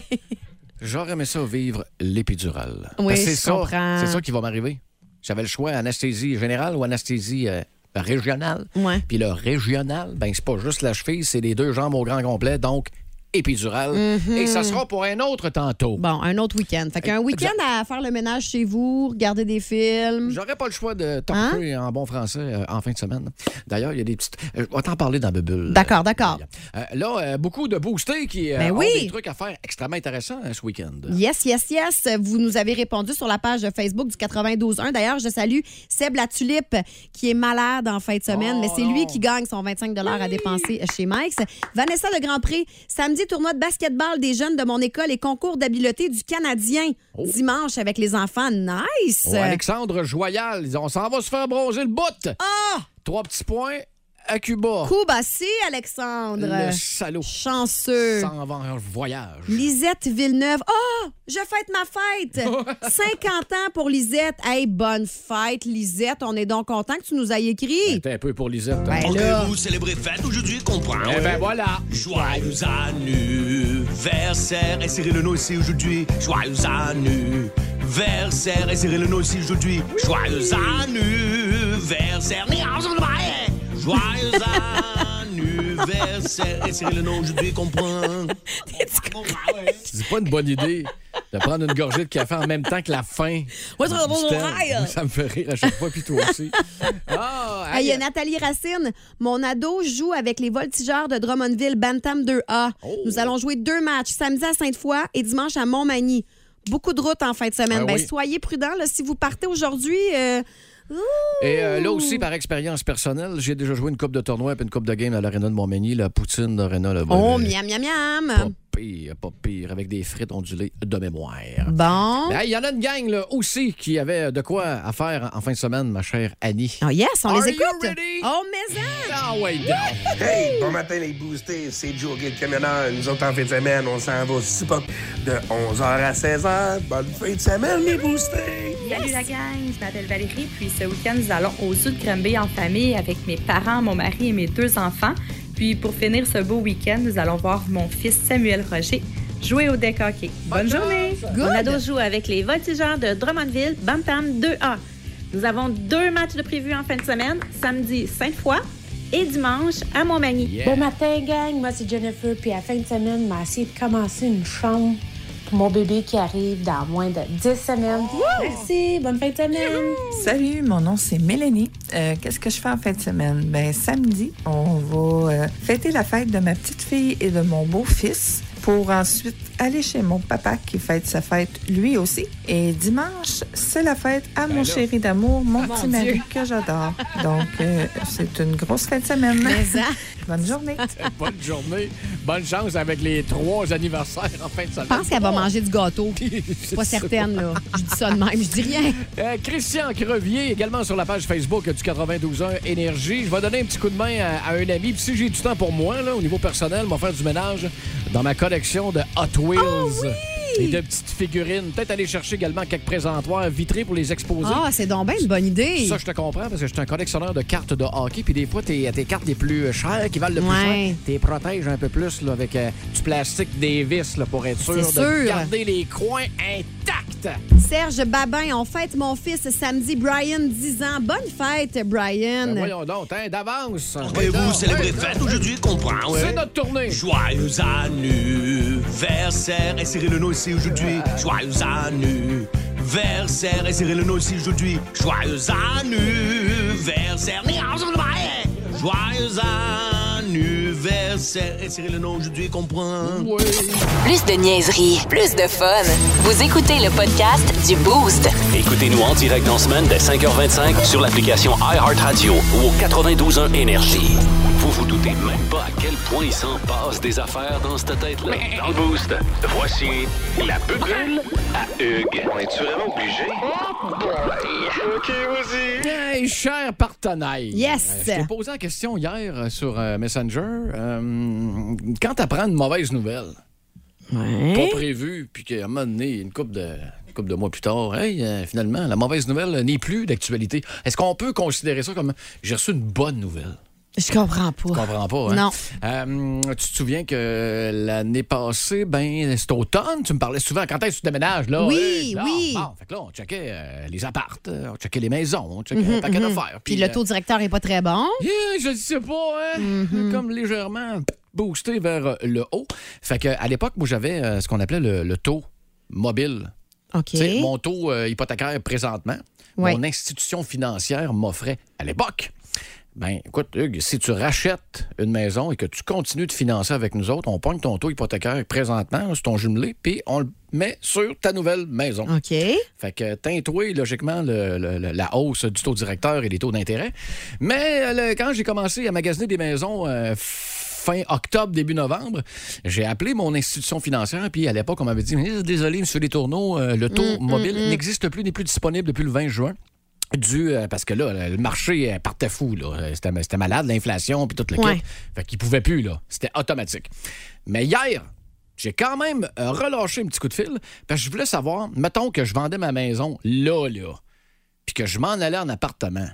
A: J'aurais aimé ça vivre l'épidurale.
B: Oui,
A: Parce que c'est
B: je
A: ça,
B: comprends.
A: C'est ça qui va m'arriver. J'avais le choix anesthésie générale ou anesthésie euh, régionale.
B: Ouais.
A: Puis le régional, ben c'est pas juste la cheville, c'est les deux jambes au grand complet, donc épidurale. Et ça sera pour un autre tantôt.
B: Mhm. Bon, un autre week-end. Fait qu'un week-end à faire le ménage chez vous, regarder des films.
A: J'aurais pas le choix de torcher
B: Hein?
A: en bon français euh, en fin de semaine. D'ailleurs, il y a des petites. euh, On va t'en parler dans Bubule.
B: D'accord, d'accord.
A: Euh, là, euh, beaucoup de boostés qui euh,
B: Ben
A: ont
B: oui.
A: des trucs à faire extrêmement intéressants hein, ce week-end.
B: Yes, yes, yes. Vous nous avez répondu sur la page Facebook du 92.1. D'ailleurs, je salue Seb La Tulipe, qui est malade en fin de semaine,
A: Oh,
B: mais c'est
A: non.
B: lui qui gagne son 25 à dépenser chez Mike's. Vanessa Le Grand Prix, samedi, tournoi de basketball des jeunes de mon école et concours d'habileté du Canadien. Dimanche avec les enfants. Nice!
A: Oh, Alexandre Joyal, ils ont- on s'en va se faire bronzer le bout.
B: Ah!
A: Trois petits points à Cuba.
B: Coup bassé, Alexandre.
A: Le salaud
B: Chanceux.
A: s'en va en voyage.
B: Lisette Villeneuve. Oh, je fête ma fête. 50 ans pour Lisette. Hey, bonne fête, Lisette. On est donc content que tu nous ailles écrit.
A: C'était un peu pour Lisette. hein?
B: Ben là,
D: célébrer fête aujourd'hui, comprends?
A: Eh ben voilà.
D: Joyeux anniversaire et serrez le nom ici aujourd'hui. Joyeux anniversaire et serrez le nom ici aujourd'hui. Joyeux anniversaire. Ni en son bail.
F: [LAUGHS]
D: Joyeux anniversaire et serrez le nom aujourd'hui, comprends?
A: Ben,
B: [LAUGHS]
A: C'est pas une bonne idée de prendre une gorgée de café en même temps que la fin.
B: Ouais, ça va
A: du
B: bon,
A: thème.
B: ouais.
A: Ça me fait rire à chaque fois, puis toi aussi. [LAUGHS] Ah,
B: hey, il y a Nathalie Racine. Mon ado joue avec les voltigeurs de Drummondville Bantam 2A.
A: Oh.
B: Nous allons jouer deux matchs, samedi à Sainte-Foy et dimanche à Montmagny. Beaucoup de routes en fin de semaine.
A: Ah
B: ben,
A: oui.
B: soyez prudents. là, si vous partez aujourd'hui, euh,
A: Et euh, là aussi, par expérience personnelle, j'ai déjà joué une coupe de tournoi et une coupe de game à l'Arena de Montmagny, la poutine d'Arena. là,
B: oh,
A: euh,
B: miam, miam,
A: Pas
B: miam.
A: pire, pas pire, avec des frites ondulées de
B: Hein?
A: mémoire.
B: Bon.
A: Ben, Il y en a une gang là, aussi qui avait de quoi à faire en fin de semaine, ma chère Annie.
B: Oh, yes, on
A: Are
B: les
A: you
B: écoute.
A: ready?
B: Oh, mais ça.
A: Ah ouais, donc.
J: Hey, bon matin les boostés, c'est Joe Guy le camionneur. Nous autres en fin de semaine, on s'en va super de 11h à 16h. Bonne fin de semaine les boostés!
B: Yes.
J: la
H: Bonne journée.
B: Good.
H: joue avec les voltigeurs de Drummondville, Bantam 2A. Nous avons deux matchs de prévus en fin de semaine, samedi Sainte-Foy et dimanche à Montmagny.
A: Yeah.
H: matin, gang. Moi, c'est Jennifer. Puis à la fin de semaine, m'a essayé de commencer une chambre pour mon bébé qui arrive dans moins de 10 semaines. Merci. Bonne fin de semaine.
J: Salut, mon nom c'est Mélanie. Euh, Qu'est-ce que je fais en fin de semaine? Ben, samedi, on va euh, fêter la fête de ma petite fille et de mon beau-fils pour ensuite aller chez mon papa qui fête sa fête lui aussi. Et dimanche, c'est la fête à
I: Ben
J: mon chéri d'amour,
H: Ah,
J: mon petit mari que j'adore. Donc, euh, c'est une grosse fin de semaine.
B: Mais ça.
J: Bonne journée.
A: Bonne journée. Bonne chance avec les trois anniversaires en fin de semaine.
B: Je pense qu'elle va manger du gâteau. Pas certaine, là. Je dis ça de même, je dis rien.
A: Euh, Christian Crevier, également sur la page Facebook du 92.1 Énergie. Je vais donner un petit coup de main à, à un ami. Puis si j'ai du temps pour moi, là, au niveau personnel, m'en faire du ménage dans ma collection de Hot Wheels.
B: Ah
A: Et de petites figurines. Peut-être aller chercher également quelques présentoirs vitrés pour les exposer.
B: Ah, c'est donc bien une bonne idée.
A: Ça, je te comprends parce que je suis un collectionneur de cartes de hockey. Puis des fois, tes, tes cartes les plus chères qui valent le plus cher,
B: Ouais.
A: t'es protèges un peu plus là, avec euh, du plastique, des vis là, pour être sûr de
B: C'est sûr.
A: garder les coins intacts.
B: Serge Babin, on fête mon fils samedi. Brian, 10 ans. Bonne fête, Brian.
A: Ben, voyons donc, hein, d'avance.
D: Et vous
A: Donc,
D: célébrez
A: ouais,
D: fête
A: donc,
D: aujourd'hui, comprends?
A: C'est
D: ouais?
A: notre tournée.
D: Joyeux anniversaire et serrez le nom ici aujourd'hui. Joyeux anniversaire et serrez le nom ici aujourd'hui. Joyeux anniversaire. Ni en son bail. Joyeux anniversaire et serrez le nom aujourd'hui, comprends?
C: Plus de niaiserie, plus de fun. Vous écoutez le podcast du Boost.
D: Écoutez-nous en direct dans la semaine dès 5h25 sur l'application iHeartRadio ou au 92.1 Énergie. Vous vous doutez
K: T'es même pas à quel point il s'en passe des affaires dans cette tête-là. Dans le boost, voici la bubule à Hugues. Oh On est-tu vraiment obligé? OK, vas-y.
A: Hey, cher partenaire.
B: Yes.
A: Euh, Je t'ai posé la question hier euh, sur euh, Messenger. Euh, quand t'apprends une mauvaise nouvelle, pas prévue, puis qu'à un moment donné, une couple de, une couple de mois plus tard, hey, euh, finalement, la mauvaise nouvelle n'est plus d'actualité. Est-ce qu'on peut considérer ça comme j'ai reçu une bonne nouvelle?
B: Je comprends pas.
A: Je comprends pas. hein?
B: Non.
A: Euh, tu te souviens que l'année passée, ben, cet automne, tu me parlais souvent quand est-ce que tu déménages, là?
B: Oui,
A: hey, là,
B: oui.
A: bon. fait que là, on checkait euh, les appartes, euh, on checkait les maisons, on checkait
B: Mhm,
A: un paquet
B: mhm.
A: d'affaires.
B: Puis le
A: euh,
B: taux directeur est pas très bon.
A: Yeah, je le sais pas, hein?
B: Mm-hmm.
A: Comme légèrement boosté vers euh, le haut. Fait que, à l'époque, moi, j'avais euh, ce qu'on appelait le, le taux mobile.
B: OK.
A: Tu sais, mon taux euh, hypothécaire présentement,
B: Ouais.
A: mon institution financière m'offrait à l'époque. Ben, écoute, Hugues, si tu rachètes une maison et que tu continues de financer avec nous autres, on pogne ton taux hypothécaire présentement, là, sur ton jumelé, puis on le met sur ta nouvelle maison.
B: OK.
A: Fait que teintoué, logiquement, le- le- le- la hausse du taux directeur et les taux d'intérêt. Mais euh, le- quand j'ai commencé à magasiner des maisons euh, fin octobre, début novembre, j'ai appelé mon institution financière, puis à l'époque, on m'avait dit Eh, Désolé, monsieur Les Tourneaux, euh, le taux mobile n'existe plus, n'est plus disponible depuis le 20 juin. Dû, euh, parce que là, le marché euh, partait fou. là. Euh, C'était, c'était malade, l'inflation, puis tout le
B: Ouais.
A: kit. Fait qu'il pouvait plus, là. C'était automatique. Mais hier, j'ai quand même euh, relâché un petit coup de fil, parce que je voulais savoir, mettons que je vendais ma maison là, là, puis que je m'en allais en appartement.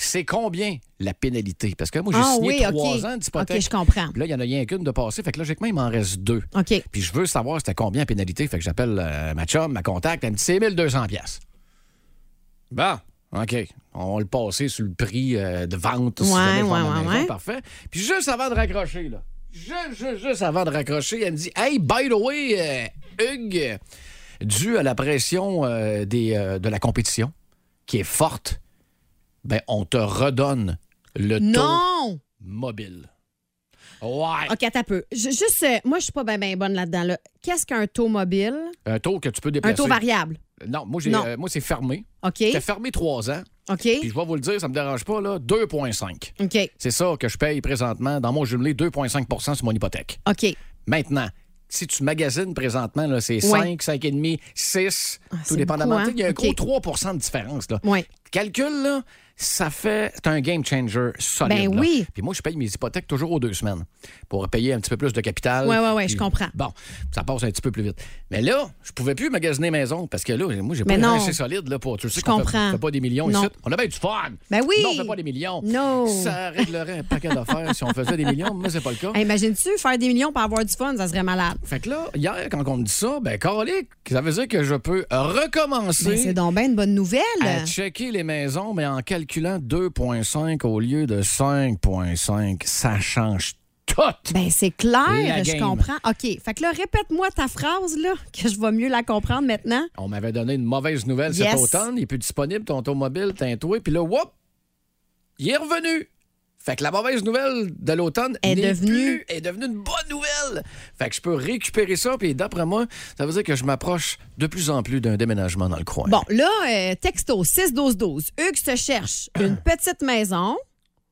A: C'est combien la pénalité? Parce que moi, j'ai
B: Mm-hmm. Ah
A: signé
B: oui,
A: trois
B: OK.
A: ans d'hypothèque.
B: OK, je comprends.
A: Puis là, il n'y en a rien qu'une de passée. Fait que logiquement, il m'en reste deux.
B: OK.
A: Puis je veux savoir c'était combien la pénalité. Fait que j'appelle euh, ma chum, ma contact, elle me dit c'est 1200 pièces. Bon, OK. On va le passer sur le prix euh, de vente. si
B: Ouais,
A: jamais je vends
B: ouais,
A: ma
B: ouais,
A: maison.
B: ouais.
A: Parfait. Puis juste avant de raccrocher, là, juste, juste, juste avant de raccrocher, elle me dit Hey, by the way, euh, Hugues, dû à la pression euh, des, euh, de la compétition, qui est forte, ben on te redonne le taux
B: Non!
A: mobile. Ouais.
B: OK, attends un peu. Je- juste, euh, moi, je suis pas bien bonne là-dedans. là. Qu'est-ce qu'un taux mobile?
A: Un taux que tu peux déplacer.
B: Un taux variable.
A: Non, moi, j'ai-
B: Non.
A: euh, moi, c'est fermé.
B: OK.
A: C'était fermé trois ans.
B: OK.
A: Puis je vais vous le dire, ça me dérange pas, là, 2,5.
B: OK.
A: C'est ça que je paye présentement dans mon jumelé, 2,5 sur mon hypothèque.
B: OK.
A: Maintenant, si tu magasines présentement, là, c'est
B: Ouais.
A: 5, 5,5, 6, tout
B: c'est
A: dépendamment.
B: beaucoup, hein?
A: Il y a un
B: OK.
A: gros 3 de différence. Là.
B: Ouais.
A: Calcul, là, ça fait. C'est un game changer solide.
B: Ben
A: là.
B: oui.
A: Puis moi, je paye mes hypothèques toujours aux deux semaines pour payer un petit peu plus de capital.
B: Ouais, ouais, ouais, je
A: Puis,
B: comprends.
A: Bon, ça passe un petit peu plus vite. Mais là, je pouvais plus magasiner maison parce que là, moi, j'ai pas
B: Mais
A: les reins
B: non.
A: assez solide là, pour. Tu le sais
B: Je
A: qu'on fait-
B: comprends.
A: fait pas des millions
B: Non.
A: ici. On a bien du fun.
B: Ben oui.
A: Non, on fait pas des millions.
B: No.
A: Ça réglerait un paquet d'affaires si on faisait des millions, mais c'est pas le cas.
B: Hey, Imagines-tu faire des millions pour avoir du fun? Ça serait malade.
A: Fait que là, hier, quand on me dit ça, ben, calique, ça veut dire que je peux
B: Ben, c'est
A: recommencer
B: donc bien une bonne nouvelle.
A: à checker les maisons, mais en calculant 2,5 au lieu de 5,5. Ça change tout.
B: Ben, c'est
A: La
B: clair, je
A: game.
B: comprends. OK. Fait que là, répète-moi ta phrase, là, que je vais mieux la comprendre maintenant.
A: On m'avait donné une mauvaise nouvelle cet
B: Yes.
A: automne. Il est plus disponible, ton automobile, tintoué. Puis là, whoop, il est revenu. Fait que la mauvaise nouvelle de l'automne
B: Est
A: n'est
B: devenue-
A: plus- est devenue une bonne nouvelle. Fait que je peux récupérer ça. Puis d'après moi, ça veut dire que je m'approche de plus en plus d'un déménagement dans le coin.
B: Bon, là, euh, texto 6-12-12. Hugues se cherche une petite maison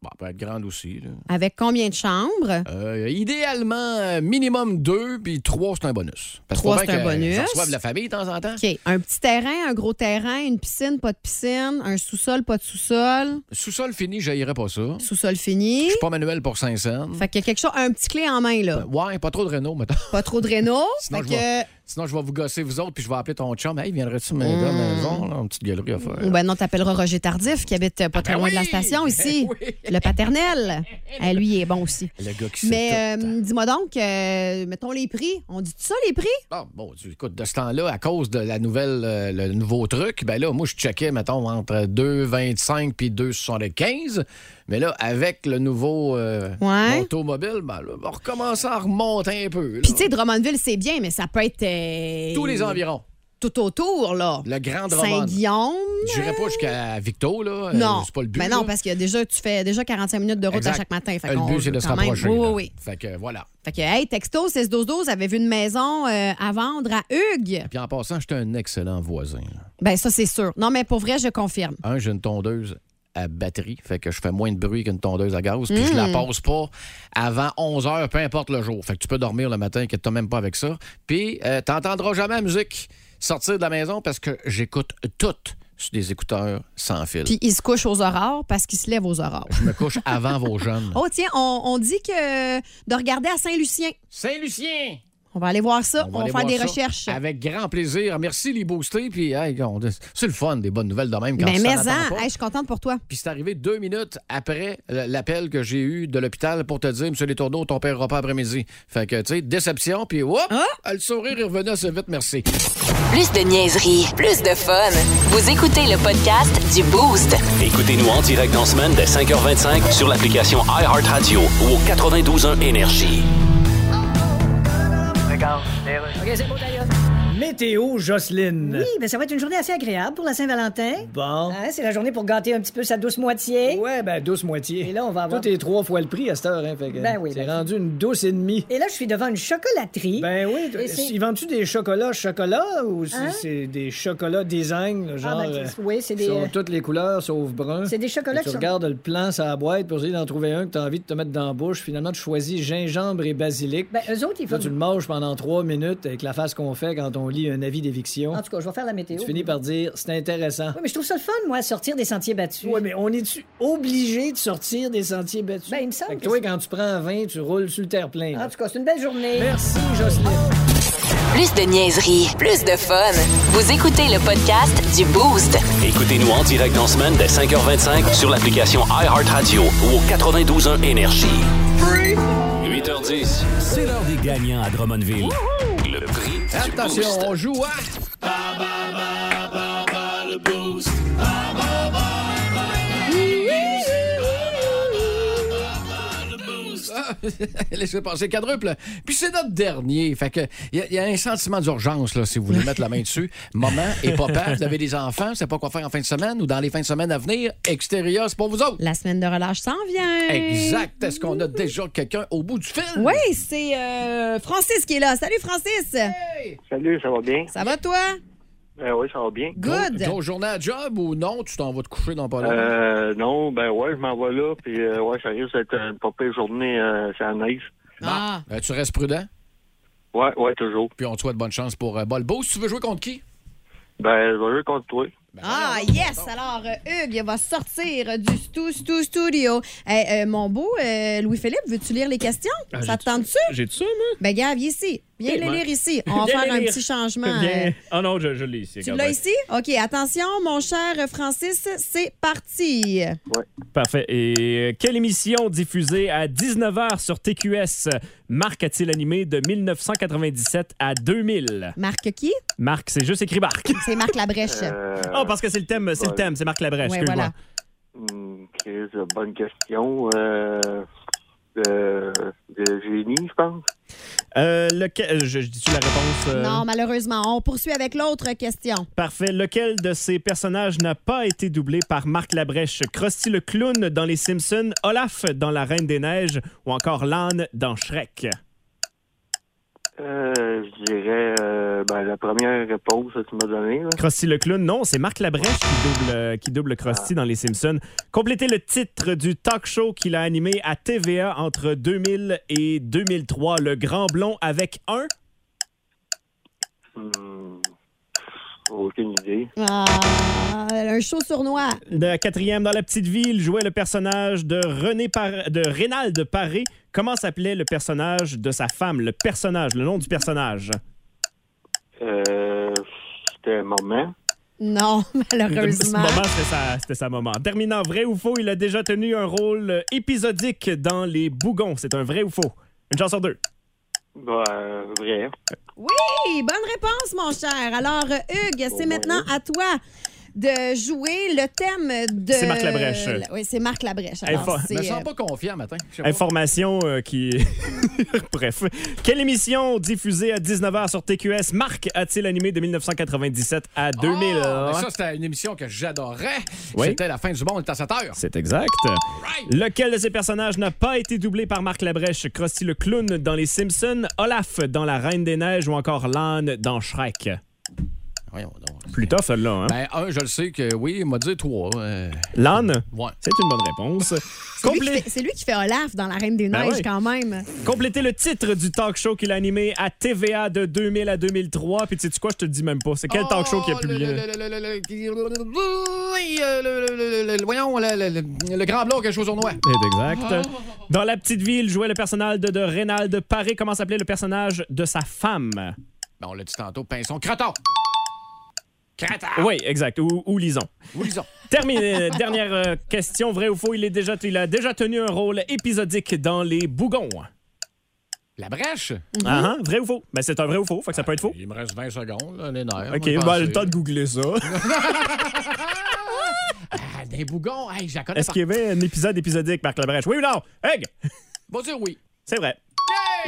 A: Bon, elle peut être grande aussi. Là.
B: avec combien de chambres?
A: Euh, idéalement, euh, minimum deux, puis trois, c'est un bonus. Parce
B: Trois,
A: faut bien
B: c'est un
A: que
B: bonus.
A: j'en reçoive la famille de temps en temps.
B: OK. Un petit terrain, un gros terrain, une piscine, pas de piscine, un sous-sol, pas de sous-sol,
A: Sous-sol fini, je pas ça. Je
B: sous-sol fini.
A: suis pas manuel pour Saint-Saëns.
B: Fait qu'il y a quelque chose, un petit clé en main, là.
A: Ouais, pas trop de Renault, maintenant.
B: Pas trop de réno.
A: Ben Sinon,
B: fait
A: je vais-
B: que.
A: [LAUGHS] Sinon, je vais vous gosser, vous autres, puis je vais appeler ton chum. Hey, viendrais-tu m'aider
B: Mm.
A: à la maison? Là, une petite galerie à faire.
B: Ou ben non, t'appelleras Roger Tardif, qui habite euh, pas très
A: ben
B: loin de la
A: oui!
B: station ici.
A: Ben oui!
B: Le paternel. à lui, il est bon aussi.
A: Le gars qui sait
B: Mais
A: tout.
B: euh, dis-moi donc, euh, mettons les prix. On dit tout ça, les prix?
A: Ah, bon, Dieu, écoute, de ce temps-là, à cause de la nouvelle, euh, le nouveau truc, ben là, moi, je checkais, mettons, entre 2,25 puis 2,75. Mais là, avec le nouveau euh,
B: Ouais.
A: automobile, ben là, on recommence à remonter un peu. là.
B: Puis, tu sais, Drummondville, c'est bien, mais ça peut être. euh,
A: Tous les environs.
B: Tout autour, là.
A: Le Grand Drummond.
B: Saint-Guillaume.
A: J'irai pas jusqu'à Victo, là. euh,
B: Non.
A: C'est pas le but.
B: Ben non,
A: là.
B: parce que déjà, tu fais déjà 45 minutes de route
A: Exact. Euh,
B: à chaque matin. Fait
A: Le
B: qu'on-
A: but, c'est de se
B: quand même.
A: rapprocher.
B: Oui, oui,
A: là.
B: oui.
A: Fait que, euh, voilà.
B: Fait que, hey, texto 16-12-12, avait vu une maison euh, à vendre à Hugues.
A: Puis en passant, j'étais un excellent voisin. là.
B: Ben ça, c'est sûr. Non, mais pour vrai, je confirme.
A: Un, j'ai une tondeuse à batterie. Fait que je fais moins de bruit qu'une tondeuse à gaz. Puis je la
L: Mm.
B: Hmm.
A: passe pas avant 11 heures, peu importe le jour. Fait que tu peux dormir le matin, que même pas avec ça. Puis euh, t'entendras jamais la musique sortir de la maison parce que j'écoute tout sur des écouteurs sans fil.
B: Puis il se couche aux aurores parce qu'il se lève aux aurores.
A: Je me couche avant vos jeunes.
B: Oh, tiens, on, on dit que de regarder à Saint-Lucien.
A: Saint-Lucien!
B: On va aller voir ça. On va,
A: aller
B: faire
A: voir
B: des
A: ça
B: recherches.
A: Avec grand plaisir. Merci les boostés. Puis, hey, on- c'est le fun, des bonnes nouvelles de même. Quand
B: Ben,
A: tu t'en
B: mais
A: attends
B: en,
A: pas.
B: Hey, je suis contente pour toi.
A: Puis c'est arrivé deux minutes après euh, l'appel que j'ai eu de l'hôpital pour te dire, Monsieur Les Tourneaux, ton père pas après-midi. Fait que, tu sais, déception, puis whoop,
B: Ah!
A: le sourire est revenu assez vite, merci.
C: Plus de niaiserie, plus de fun. Vous écoutez le podcast du Boost.
K: Écoutez-nous en direct en semaine dès 5h25 sur l'application iHeartRadio ou au 92.1 Énergie.
I: Météo, Jocelyne.
M: Oui, ben ça va être une journée assez agréable pour la Saint-Valentin.
I: Bon.
H: Ah,
M: Hein, c'est la journée pour gâter un petit peu sa douce moitié.
I: Ouais, ben douce moitié. Et
M: là, on va avoir-
I: Tout est trois fois le prix à cette heure, hein. Fait que
M: Ben oui,
I: C'est
M: ben-
I: rendu une douce et demie.
M: Et là, je suis devant une chocolaterie.
I: Ben oui.
M: Et c'est-
I: Ils vendent-tu des chocolats chocolat ou c'est
M: Hein?
I: c'est des chocolats design, là, genre.
M: Ah, ben, c'est-
I: euh,
M: oui, c'est des,
I: sur
M: euh,
I: toutes les couleurs sauf brun.
M: c'est des chocolats
I: Et Tu
M: qui sont-
I: regardes le plan sur la boîte pour essayer d'en trouver un que tu as envie de te mettre dans la bouche. Finalement, tu choisis gingembre et basilic.
M: Ben, eux autres, ils font.
I: Là, tu le manges pendant trois minutes avec la face qu'on fait quand on lit un avis d'éviction.
M: En tout cas, je vais faire la météo.
I: Tu finis par dire, c'est intéressant.
M: Oui, mais je trouve ça le fun, moi, sortir des sentiers battus.
I: Oui, mais on est-tu obligé de sortir des sentiers battus?
M: Ben, il me semble.
I: Fait que
M: que Ah,
I: toi, quand tu prends 20, tu roules sur le terre-plein. là.
M: En tout cas, c'est une belle journée.
I: Merci, Jocelyne.
C: Plus de niaiserie, plus de fun. Vous écoutez le podcast du Boost.
K: Écoutez-nous en direct en semaine dès 5h25 sur l'application iHeartRadio ou au 92.1 Énergie. 8h10, c'est l'heure des gagnants à Drummondville. Le prix du
A: Attention,
K: Boost.
A: on joue hein? à... Ah, Ah, [LAUGHS] Laissez passer le quadruple. Puis c'est notre dernier. Fait que il y a- il y, a un sentiment d'urgence là, si vous voulez mettre la main dessus. Maman et papa, vous avez des enfants, vous savez pas quoi faire en fin de semaine ou dans les fins de semaine à venir. Extérieur, c'est pour vous autres.
B: La semaine de relâche s'en vient.
A: Exact. Est-ce qu'on a déjà quelqu'un au bout du fil?
B: Oui, c'est euh, Francis qui est là. Salut, Francis.
N: Salut, ça va bien?
B: Ça va, toi?
N: Ben oui, ça va bien.
B: Good.
A: Grosse journée à job ou non? Tu t'en vas te coucher dans pas longtemps?
N: Euh, non, ben ouais, je m'en vais là, puis euh, ouais, ça risque d'être une pas pire journée euh, c'est la neige.
A: Ah. Euh, tu restes prudent?
N: Ouais, ouais, toujours.
A: Puis on te souhaite bonne chance pour euh, Bolbo. Si tu veux jouer contre qui?
N: Ben, je vais jouer contre toi.
A: Ben,
B: Ah, yes! Alors, euh, Hugues il va sortir euh, du Stu Stu Studio. Eh, euh, mon beau, euh, Louis-Philippe, veux-tu lire les questions?
F: Ah,
B: ça te tente-tu?
F: J'ai tout ça, moi?
B: Ben, Gab, viens ici. Viens les
F: Ouais. [LAUGHS]
B: lire ici. On va
F: Viens
B: faire
F: les
B: un
F: lire.
B: petit changement.
F: Viens.
B: euh,
F: Ah non, je, je l'ai ici.
B: tu
F: regarde
B: l'as
F: bien.
B: ici? OK, attention, mon cher Francis, c'est parti.
F: Parfait. Et euh, quelle émission diffusée à 19h sur TQS Marc a-t-il animé de 1997 à 2000?
B: Marc qui?
F: Marc, c'est juste écrit Marc.
B: C'est Marc Labrèche.
D: Euh,
N: Euh,
D: Ah
F: [LAUGHS] Oh, parce que c'est le thème, c'est le thème, c'est Marc Labrèche,
B: Ouais,
F: excuse-moi.
B: voilà.
N: Hum, Chris, euh, bonne question. Euh, euh, de génie, je pense.
F: Euh, lequel- euh, je, je dis-tu la réponse? euh?
B: Non, malheureusement. On poursuit avec l'autre question.
F: Parfait. Lequel de ces personnages n'a pas été doublé par Marc Labrèche? Krusty le clown dans Les Simpsons, Olaf dans La Reine des Neiges ou encore Lane dans Shrek?
N: Euh, je dirais, euh, ben, la première réponse que tu m'as donnée, là.
F: Krusty le clown, non, c'est Marc Labrèche qui double, euh, qui double Krusty dans Les Simpsons. Complétez le titre du talk show qu'il a animé à TVA entre 2000 et 2003, Le Grand Blond avec un.
N: Hum, aucune idée.
B: Ah, un show sournois.
F: De quatrième, dans La Petite Ville, jouait le personnage de René Par- de Rénald Paré. Comment s'appelait le personnage de sa femme? Le personnage, le nom du personnage.
N: Euh, c'était un moment.
B: Non, [LAUGHS] malheureusement.
F: Maman, c'était sa, c'était sa maman. Terminant, vrai ou faux, il a déjà tenu un rôle euh, épisodique dans Les Bougons. C'est un vrai ou faux? Une chance sur deux.
N: Ben, euh, vrai.
B: Oui, bonne réponse, mon cher. Alors, euh, Hugues, c'est maintenant à toi de jouer le thème de.
F: C'est Marc Labrèche.
B: Oui, c'est Marc Labrèche.
F: Hey, fa-
B: Alors,
F: me
B: c'est. euh,
F: sens
A: Pas confiant, matin. Je sais pas.
F: Information euh, qui. [LAUGHS] Bref. Quelle émission diffusée à 19h sur TQS Marc a-t-il animé de 1997 à 2000?
A: Ah, mais ça, c'était une émission que j'adorais.
F: hein? Oui.
A: C'était la fin du monde, à 7 heures.
F: C'est exact. Lequel de ces personnages n'a pas été doublé par Marc Labrèche? Krusty le clown dans Les Simpsons, Olaf dans La Reine des Neiges ou encore Lane dans Shrek?
A: Voyons donc.
F: Plutôt celle-là, hein?
A: Ben, un, je le sais que oui, il m'a dit trois. euh.
F: L'âne?
A: Ouais.
F: Ben, C'est une bonne réponse.
B: C'est lui, qui fait- c'est lui qui fait Olaf dans La Reine des
F: Ben
B: Neiges,
F: oui.
B: quand même.
F: Complétez le titre du talk show qu'il a animé à TVA de 2000 à 2003. Puis tu sais quoi, je te le dis même pas. C'est quel talk show qui a
A: Oh,
F: publié?
A: le- le- le- le- le- qui- Oui, euh, le- le- le- le- le- Voyons, le, le- le- le grand blanc, quelque chose au noir.
F: C'est exact. Dans La Petite Ville, jouait le personnage de, de Reynald Paré. Comment s'appelait le personnage de sa femme?
A: Ben, on l'a dit tantôt, pinson, croton. Crétard.
F: Oui, exact. Ou, ou Lison.
A: Vous lisons.
F: Terminé. [LAUGHS] Dernière euh, question, vrai ou faux? Il, est déjà, il a déjà tenu un rôle épisodique dans Les Bougons.
A: La brèche.
F: Ah, ah, vrai ou faux? Ben, c'est un vrai ou faux, fait que ça peut être faux.
A: Il me reste 20 secondes, là, les nerfs.
F: OK,
A: on va
F: ben,
A: Ah, y
F: le temps
A: penser.
F: de
A: [LAUGHS]
F: googler ça.
A: Ah, des bougons, hey, je la connais
F: Est-ce
A: par-
F: qu'il y avait un épisode épisodique, Marc Labrèche? Oui ou non? Egg!
A: Bon, dire oui.
F: C'est vrai.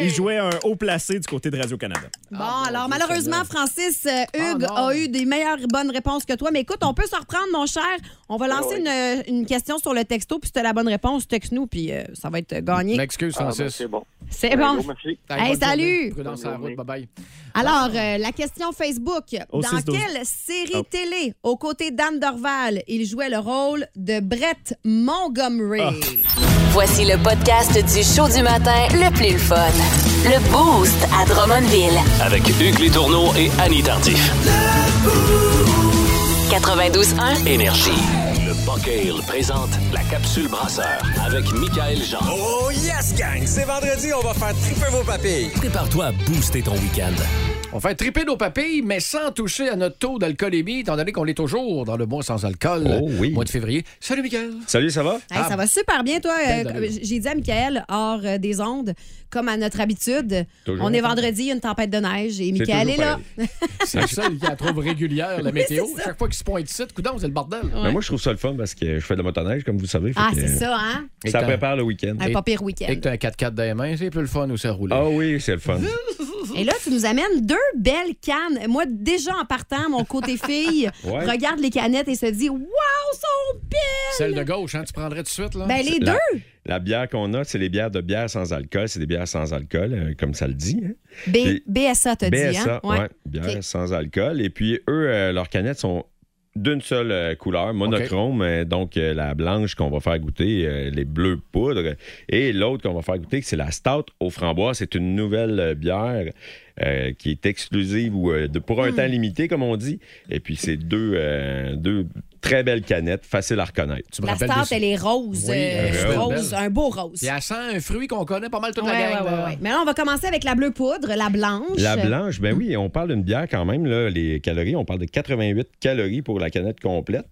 F: Il jouait un haut placé du côté de Radio-Canada.
B: Bon, alors malheureusement, Francis, euh, Hugues a eu des meilleures bonnes réponses que toi. Mais écoute, on peut se reprendre, mon cher. On va lancer une, une question sur le texto, puis si t'as la bonne réponse, texte-nous, puis euh, ça va être gagné.
A: M'excuse, Francis.
N: Ah, ben, c'est bon.
B: C'est
N: Ben,
B: bon.
N: go, merci.
B: Hey,
A: bonne
B: salut.
A: journée. Prudence
N: Bonne
A: à la route, bye-bye.
B: Alors, euh, la question Facebook.
A: Au
B: Dans
A: 6-12.
B: quelle série
A: Oh.
B: télé, aux côtés d'Anne Dorval, il jouait le rôle de Brett Montgomery?
C: Voici le podcast du show du matin le plus fun. Le Boost à Drummondville.
K: Avec Hugues Létourneau et Annie Tardif.
C: 92.1.
K: Énergie. Le Buck Ale présente la capsule brasseur avec Michael Jean.
L: Oh yes, gang! C'est vendredi, on va faire triper vos papilles.
K: Prépare-toi à booster ton week-end.
A: On fait triper nos papilles, mais sans toucher à notre taux d'alcoolémie, étant donné qu'on est toujours dans le mois sans alcool,
O: Oh oui.
A: mois de février. Salut, Miguel.
O: Salut, ça va?
B: Hey, ça va super bien, toi. Euh,
A: belle
B: euh,
A: allure.
B: J'ai dit à Michael, hors euh, des ondes, comme à notre habitude,
A: Toujours.
B: on est vendredi, il y a une tempête de neige et Michael est
O: toujours
B: là.
A: C'est le seul qui la trouve régulière, la
B: [LAUGHS] Oui,
A: météo.
B: c'est ça.
A: Chaque fois qu'il se pointe ici, coudonc, c'est le bordel.
O: Ben, moi, je trouve ça le fun parce que je fais de la motoneige, comme vous le savez. fait
B: Ah,
O: que-
B: c'est ça, hein?
O: Ça prépare le week-end.
B: Un pas pire week-end.
A: Et que t'as un 4x4 dans les mains, c'est plus le fun où ça roule.
O: Ah oui, c'est le fun.
B: Et là, tu nous amènes deux belles cannes. Moi, déjà en partant, mon
O: [LAUGHS]
B: côté fille
A: Ouais.
B: regarde les canettes et se dit Waouh, sont belles!
A: Celle de gauche, hein, tu prendrais tout de suite, là?
B: Ben, les
O: La-
B: deux!
O: La bière qu'on a, c'est les bières de bière sans alcool. C'est des bières sans alcool, euh, comme ça le dit. hein.
B: B-
O: Et-
B: BSA, t'as dit, hein?
O: BSA, ouais. bière
B: OK.
O: sans alcool. Et puis, eux, euh, leurs canettes sont d'une seule euh, couleur, monochrome. euh, donc, euh, la blanche qu'on va faire goûter, euh, les bleus poudre. Et l'autre qu'on va faire goûter, c'est la stout aux framboises. C'est une nouvelle euh, bière. euh, qui est exclusive ou euh, de, pour un temps limité, comme on dit. Et puis, c'est deux, euh, deux très belles canettes, faciles à reconnaître.
B: La star, elle est rose.
O: Oui,
B: euh,
O: elle est
B: rose,
O: belle.
B: un beau rose.
A: Puis elle sent un fruit qu'on connaît pas mal toute
B: Ouais,
A: la gang.
B: ouais,
A: là.
B: ouais, ouais. Mais là, on va commencer avec la bleue poudre, la blanche.
O: La blanche, ben oui, on parle d'une bière quand même. Là, les calories, on parle de 88 calories pour la canette complète.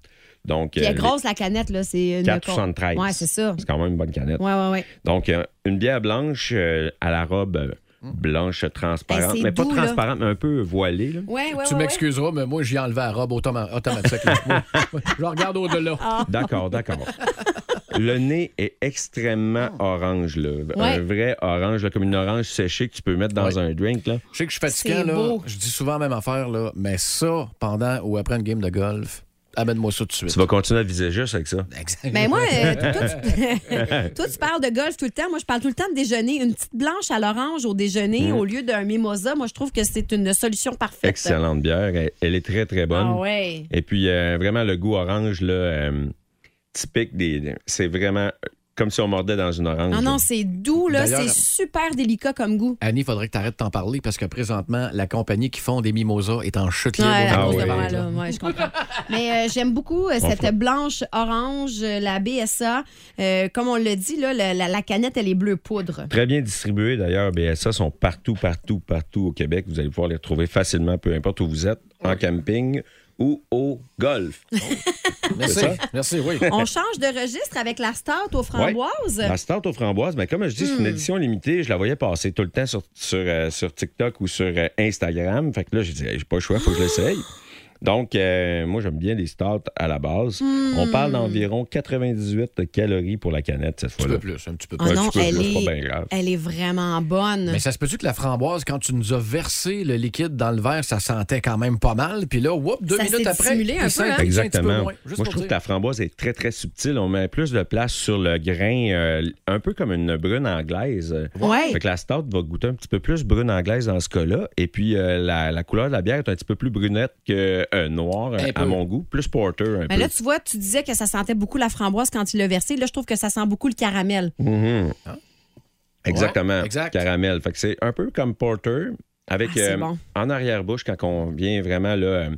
O: Donc,
B: Puis elle
O: euh,
B: est grosse, la canette, là. C'est une.
O: 4,73.
B: Ouais, c'est ça.
O: c'est quand même une bonne canette.
B: Ouais, ouais, ouais.
O: Donc, euh, une bière blanche euh, à la robe euh, blanche transparente,
B: Ben, c'est
O: mais pas
B: doux, là.
O: transparente, mais un peu voilée. là.
B: Ouais, ouais,
A: tu
B: ouais,
A: m'excuseras, mais moi, j'ai enlevé la robe automa- automatique. là.
O: [LAUGHS]
A: Moi, je regarde au-delà.
O: D'accord, d'accord. Le nez est extrêmement orange, là.
A: Ah. Ouais.
O: un
B: Euh,
O: vrai orange, là, comme une orange séchée que tu peux mettre dans
A: Ouais.
O: un drink. Là.
A: Je sais que je suis fatiguant,
O: C'est
A: là.
O: beau.
A: Je dis souvent la même affaire, là. Mais ça, pendant ou après une game de golf, amène-moi ça tout de suite.
O: Tu vas continuer à viser juste avec ça.
A: Exactement.
B: Mais moi,
O: [LAUGHS]
B: euh, toi, tu... [LAUGHS] toi, tu parles de golf tout le temps. Moi, je parle tout le temps de déjeuner. Une petite blanche à l'orange au déjeuner
O: Mm.
B: au lieu d'un mimosa, moi, je trouve que c'est une solution parfaite.
O: Excellente bière. Elle, elle est très, très bonne.
B: Ah ouais.
O: Et puis, euh, vraiment, le goût orange, là, euh, typique des. C'est vraiment comme si on mordait dans une orange.
B: Non, non,
O: là.
B: c'est doux, là. C'est
A: D'ailleurs-
B: super délicat comme goût.
A: Annie, il faudrait que tu arrêtes d'en parler parce que présentement, la compagnie qui font des mimosas est en chute libre.
O: Ah
B: Ouais,
A: au
B: à
A: niveau
B: cause
A: de
B: de
A: la
B: moi,
A: vente,
B: là.
A: là.
B: Ouais, je comprends. Mais euh, j'aime beaucoup euh,
A: On
B: cette
A: fera.
B: blanche orange, euh, la BSA. Euh, comme on le dit, là, la, la- la canette, elle est
O: [LAUGHS]
B: bleue poudre.
O: Très bien distribués, d'ailleurs. BSA sont partout, partout, partout au Québec. Vous allez pouvoir les retrouver facilement, peu importe où vous êtes, en camping ou au golf.
A: Merci,
O: C'est ça?
A: merci, oui.
B: On change de registre avec la start aux framboises.
O: Ouais. La start aux framboises, mais comme je dis, c'est une
B: Hmm.
O: édition limitée. Je la voyais passer tout le temps sur, sur, euh, sur TikTok ou sur euh, Instagram. Fait que là, j'ai dit, Hey, j'ai pas le choix, faut que je l'essaye. Donc, euh, moi, j'aime bien les starts à la base.
B: Hmm.
O: On parle d'environ 98 calories pour la canette cette fois-là. Un
A: peu plus, un petit peu
B: Ah non, elle,
O: c'est
B: est,
O: pas bien grave.
B: elle est vraiment bonne.
A: Mais ça se peut-tu que la framboise, quand tu nous as versé le liquide dans le verre, ça sentait quand même pas mal. Puis là, whoop, deux
B: Ça
A: minutes
B: s'est
A: après,
B: dissimulé un
A: il
B: peu,
A: sent
B: hein?
A: un petit peu
O: Exactement.
A: moins, juste
O: Moi, je
A: pour
O: trouve
A: dire.
O: que la framboise est très, très subtile. On met plus de place sur le grain, euh, un peu comme une brune anglaise.
B: Ouais.
O: Fait que la stout va goûter un petit peu plus brune anglaise dans ce cas-là. Et puis, euh, la, la couleur de la bière est un petit peu plus brunette que euh, noir euh,
B: Un peu.
O: à mon goût, plus porter un
B: Mais
O: peu.
B: là, tu vois, tu disais que ça sentait beaucoup la framboise quand il l'a versé. Là, je trouve que ça sent beaucoup le caramel.
O: Mhm. Exactement.
B: Ouais, exact.
O: Caramel. Fait que c'est un peu comme porter avec
B: Ah, c'est
O: euh,
B: bon.
O: en arrière-bouche quand on vient vraiment là, euh,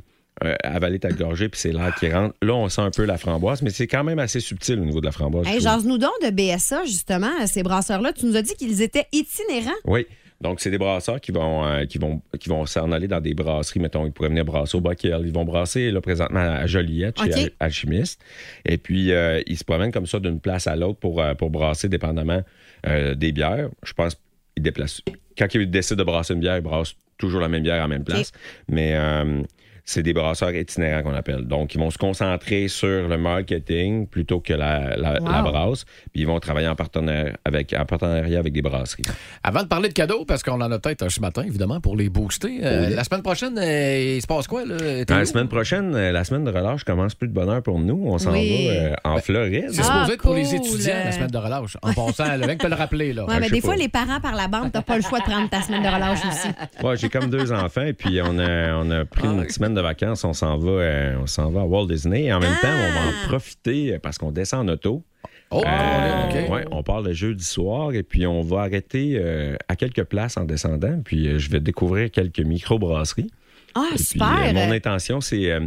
O: euh, avaler ta gorgée puis c'est l'air qui rentre. Là, on sent un peu la framboise, mais c'est quand même assez subtil au niveau de la framboise.
B: Hey,
O: je trouve.
B: nous donc de BSA, justement, ces brasseurs-là. Tu nous as dit qu'ils étaient itinérants.
O: Oui. Donc, c'est des brasseurs qui vont, euh, qui vont, qui vont s'en aller dans des brasseries. Mettons, ils pourraient venir brasser au Buckell. Ils vont brasser là, présentement à Joliette, chez
B: OK.
O: Al- Alchimiste. Et puis, euh, ils se promènent comme ça d'une place à l'autre pour, euh, pour brasser dépendamment euh, des bières. Je pense qu'ils déplacent. Quand ils décident de brasser une bière, ils brassent toujours la même bière à la même place. Mais euh, c'est des brasseurs itinérants qu'on appelle. Donc, ils vont se concentrer sur le marketing plutôt que la, la,
A: Wow.
O: la brasse. Puis, ils vont travailler en, partenaire avec, en partenariat avec des brasseries.
A: Avant de parler de cadeaux, parce qu'on en a peut-être un ce matin, évidemment, pour les booster. euh, La semaine prochaine, euh, il se passe quoi? Là? T'es
O: Dans La
A: où?
O: semaine prochaine, euh, la semaine de relâche commence plus de bonheur pour nous. On s'en
A: Oui.
O: va euh, en Floride.
A: C'est supposé être pour les étudiants, la semaine de relâche. En passant, le mec peut le rappeler. Là.
B: Ah,
O: Ah,
B: Ouais, mais des fois, les parents par la bande, t'as pas le choix de prendre ta semaine de relâche aussi.
O: Ouais, j'ai comme deux enfants et puis on a, on a pris une semaine de vacances. On s'en va, euh, on s'en va à Walt Disney et en même temps, on va en profiter euh, parce qu'on descend en auto.
A: Oh,
O: Euh, ouais, on part le jeudi soir et puis on va arrêter euh, à quelques places en descendant. Puis euh, je vais découvrir quelques microbrasseries.
B: Ah,
O: Et puis,
B: super!
O: euh, mon intention, c'est euh,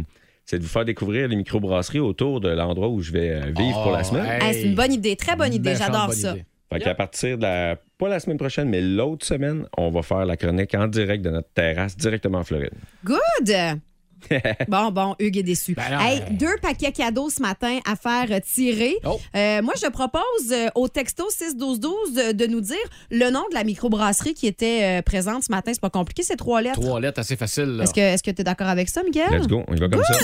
O: c'est de vous faire découvrir les microbrasseries autour de l'endroit où je vais euh, vivre pour
A: Oh,
O: la semaine.
B: Hey, c'est une bonne idée, très bonne idée, j'adore ça.
O: Fait qu'à partir de la, pas la semaine prochaine, mais l'autre semaine, on va faire la chronique en direct de notre terrasse, directement en Floride.
B: Good!
O: [LAUGHS]
B: Bon, bon, Hugues est déçu. Hey, deux paquets cadeaux ce matin à faire euh, tirer.
O: Oh.
A: Oh,
B: Euh, moi, je propose euh, au texto 6-12-12 euh, de nous dire le nom de la microbrasserie qui était euh, présente ce matin. C'est pas compliqué, c'est trois lettres.
A: Trois lettres assez faciles. là.
B: Est-ce que tu es d'accord avec ça, Miguel?
O: Let's go, on y va comme ça.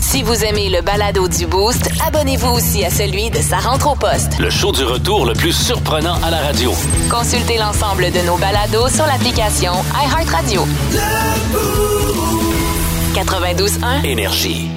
C: Si vous aimez le balado du Boost, abonnez-vous aussi à celui de Sa rentre au poste.
K: Le show du retour le plus surprenant à la radio.
C: Consultez l'ensemble de nos balados sur l'application iHeartRadio. 92.1
K: Énergie.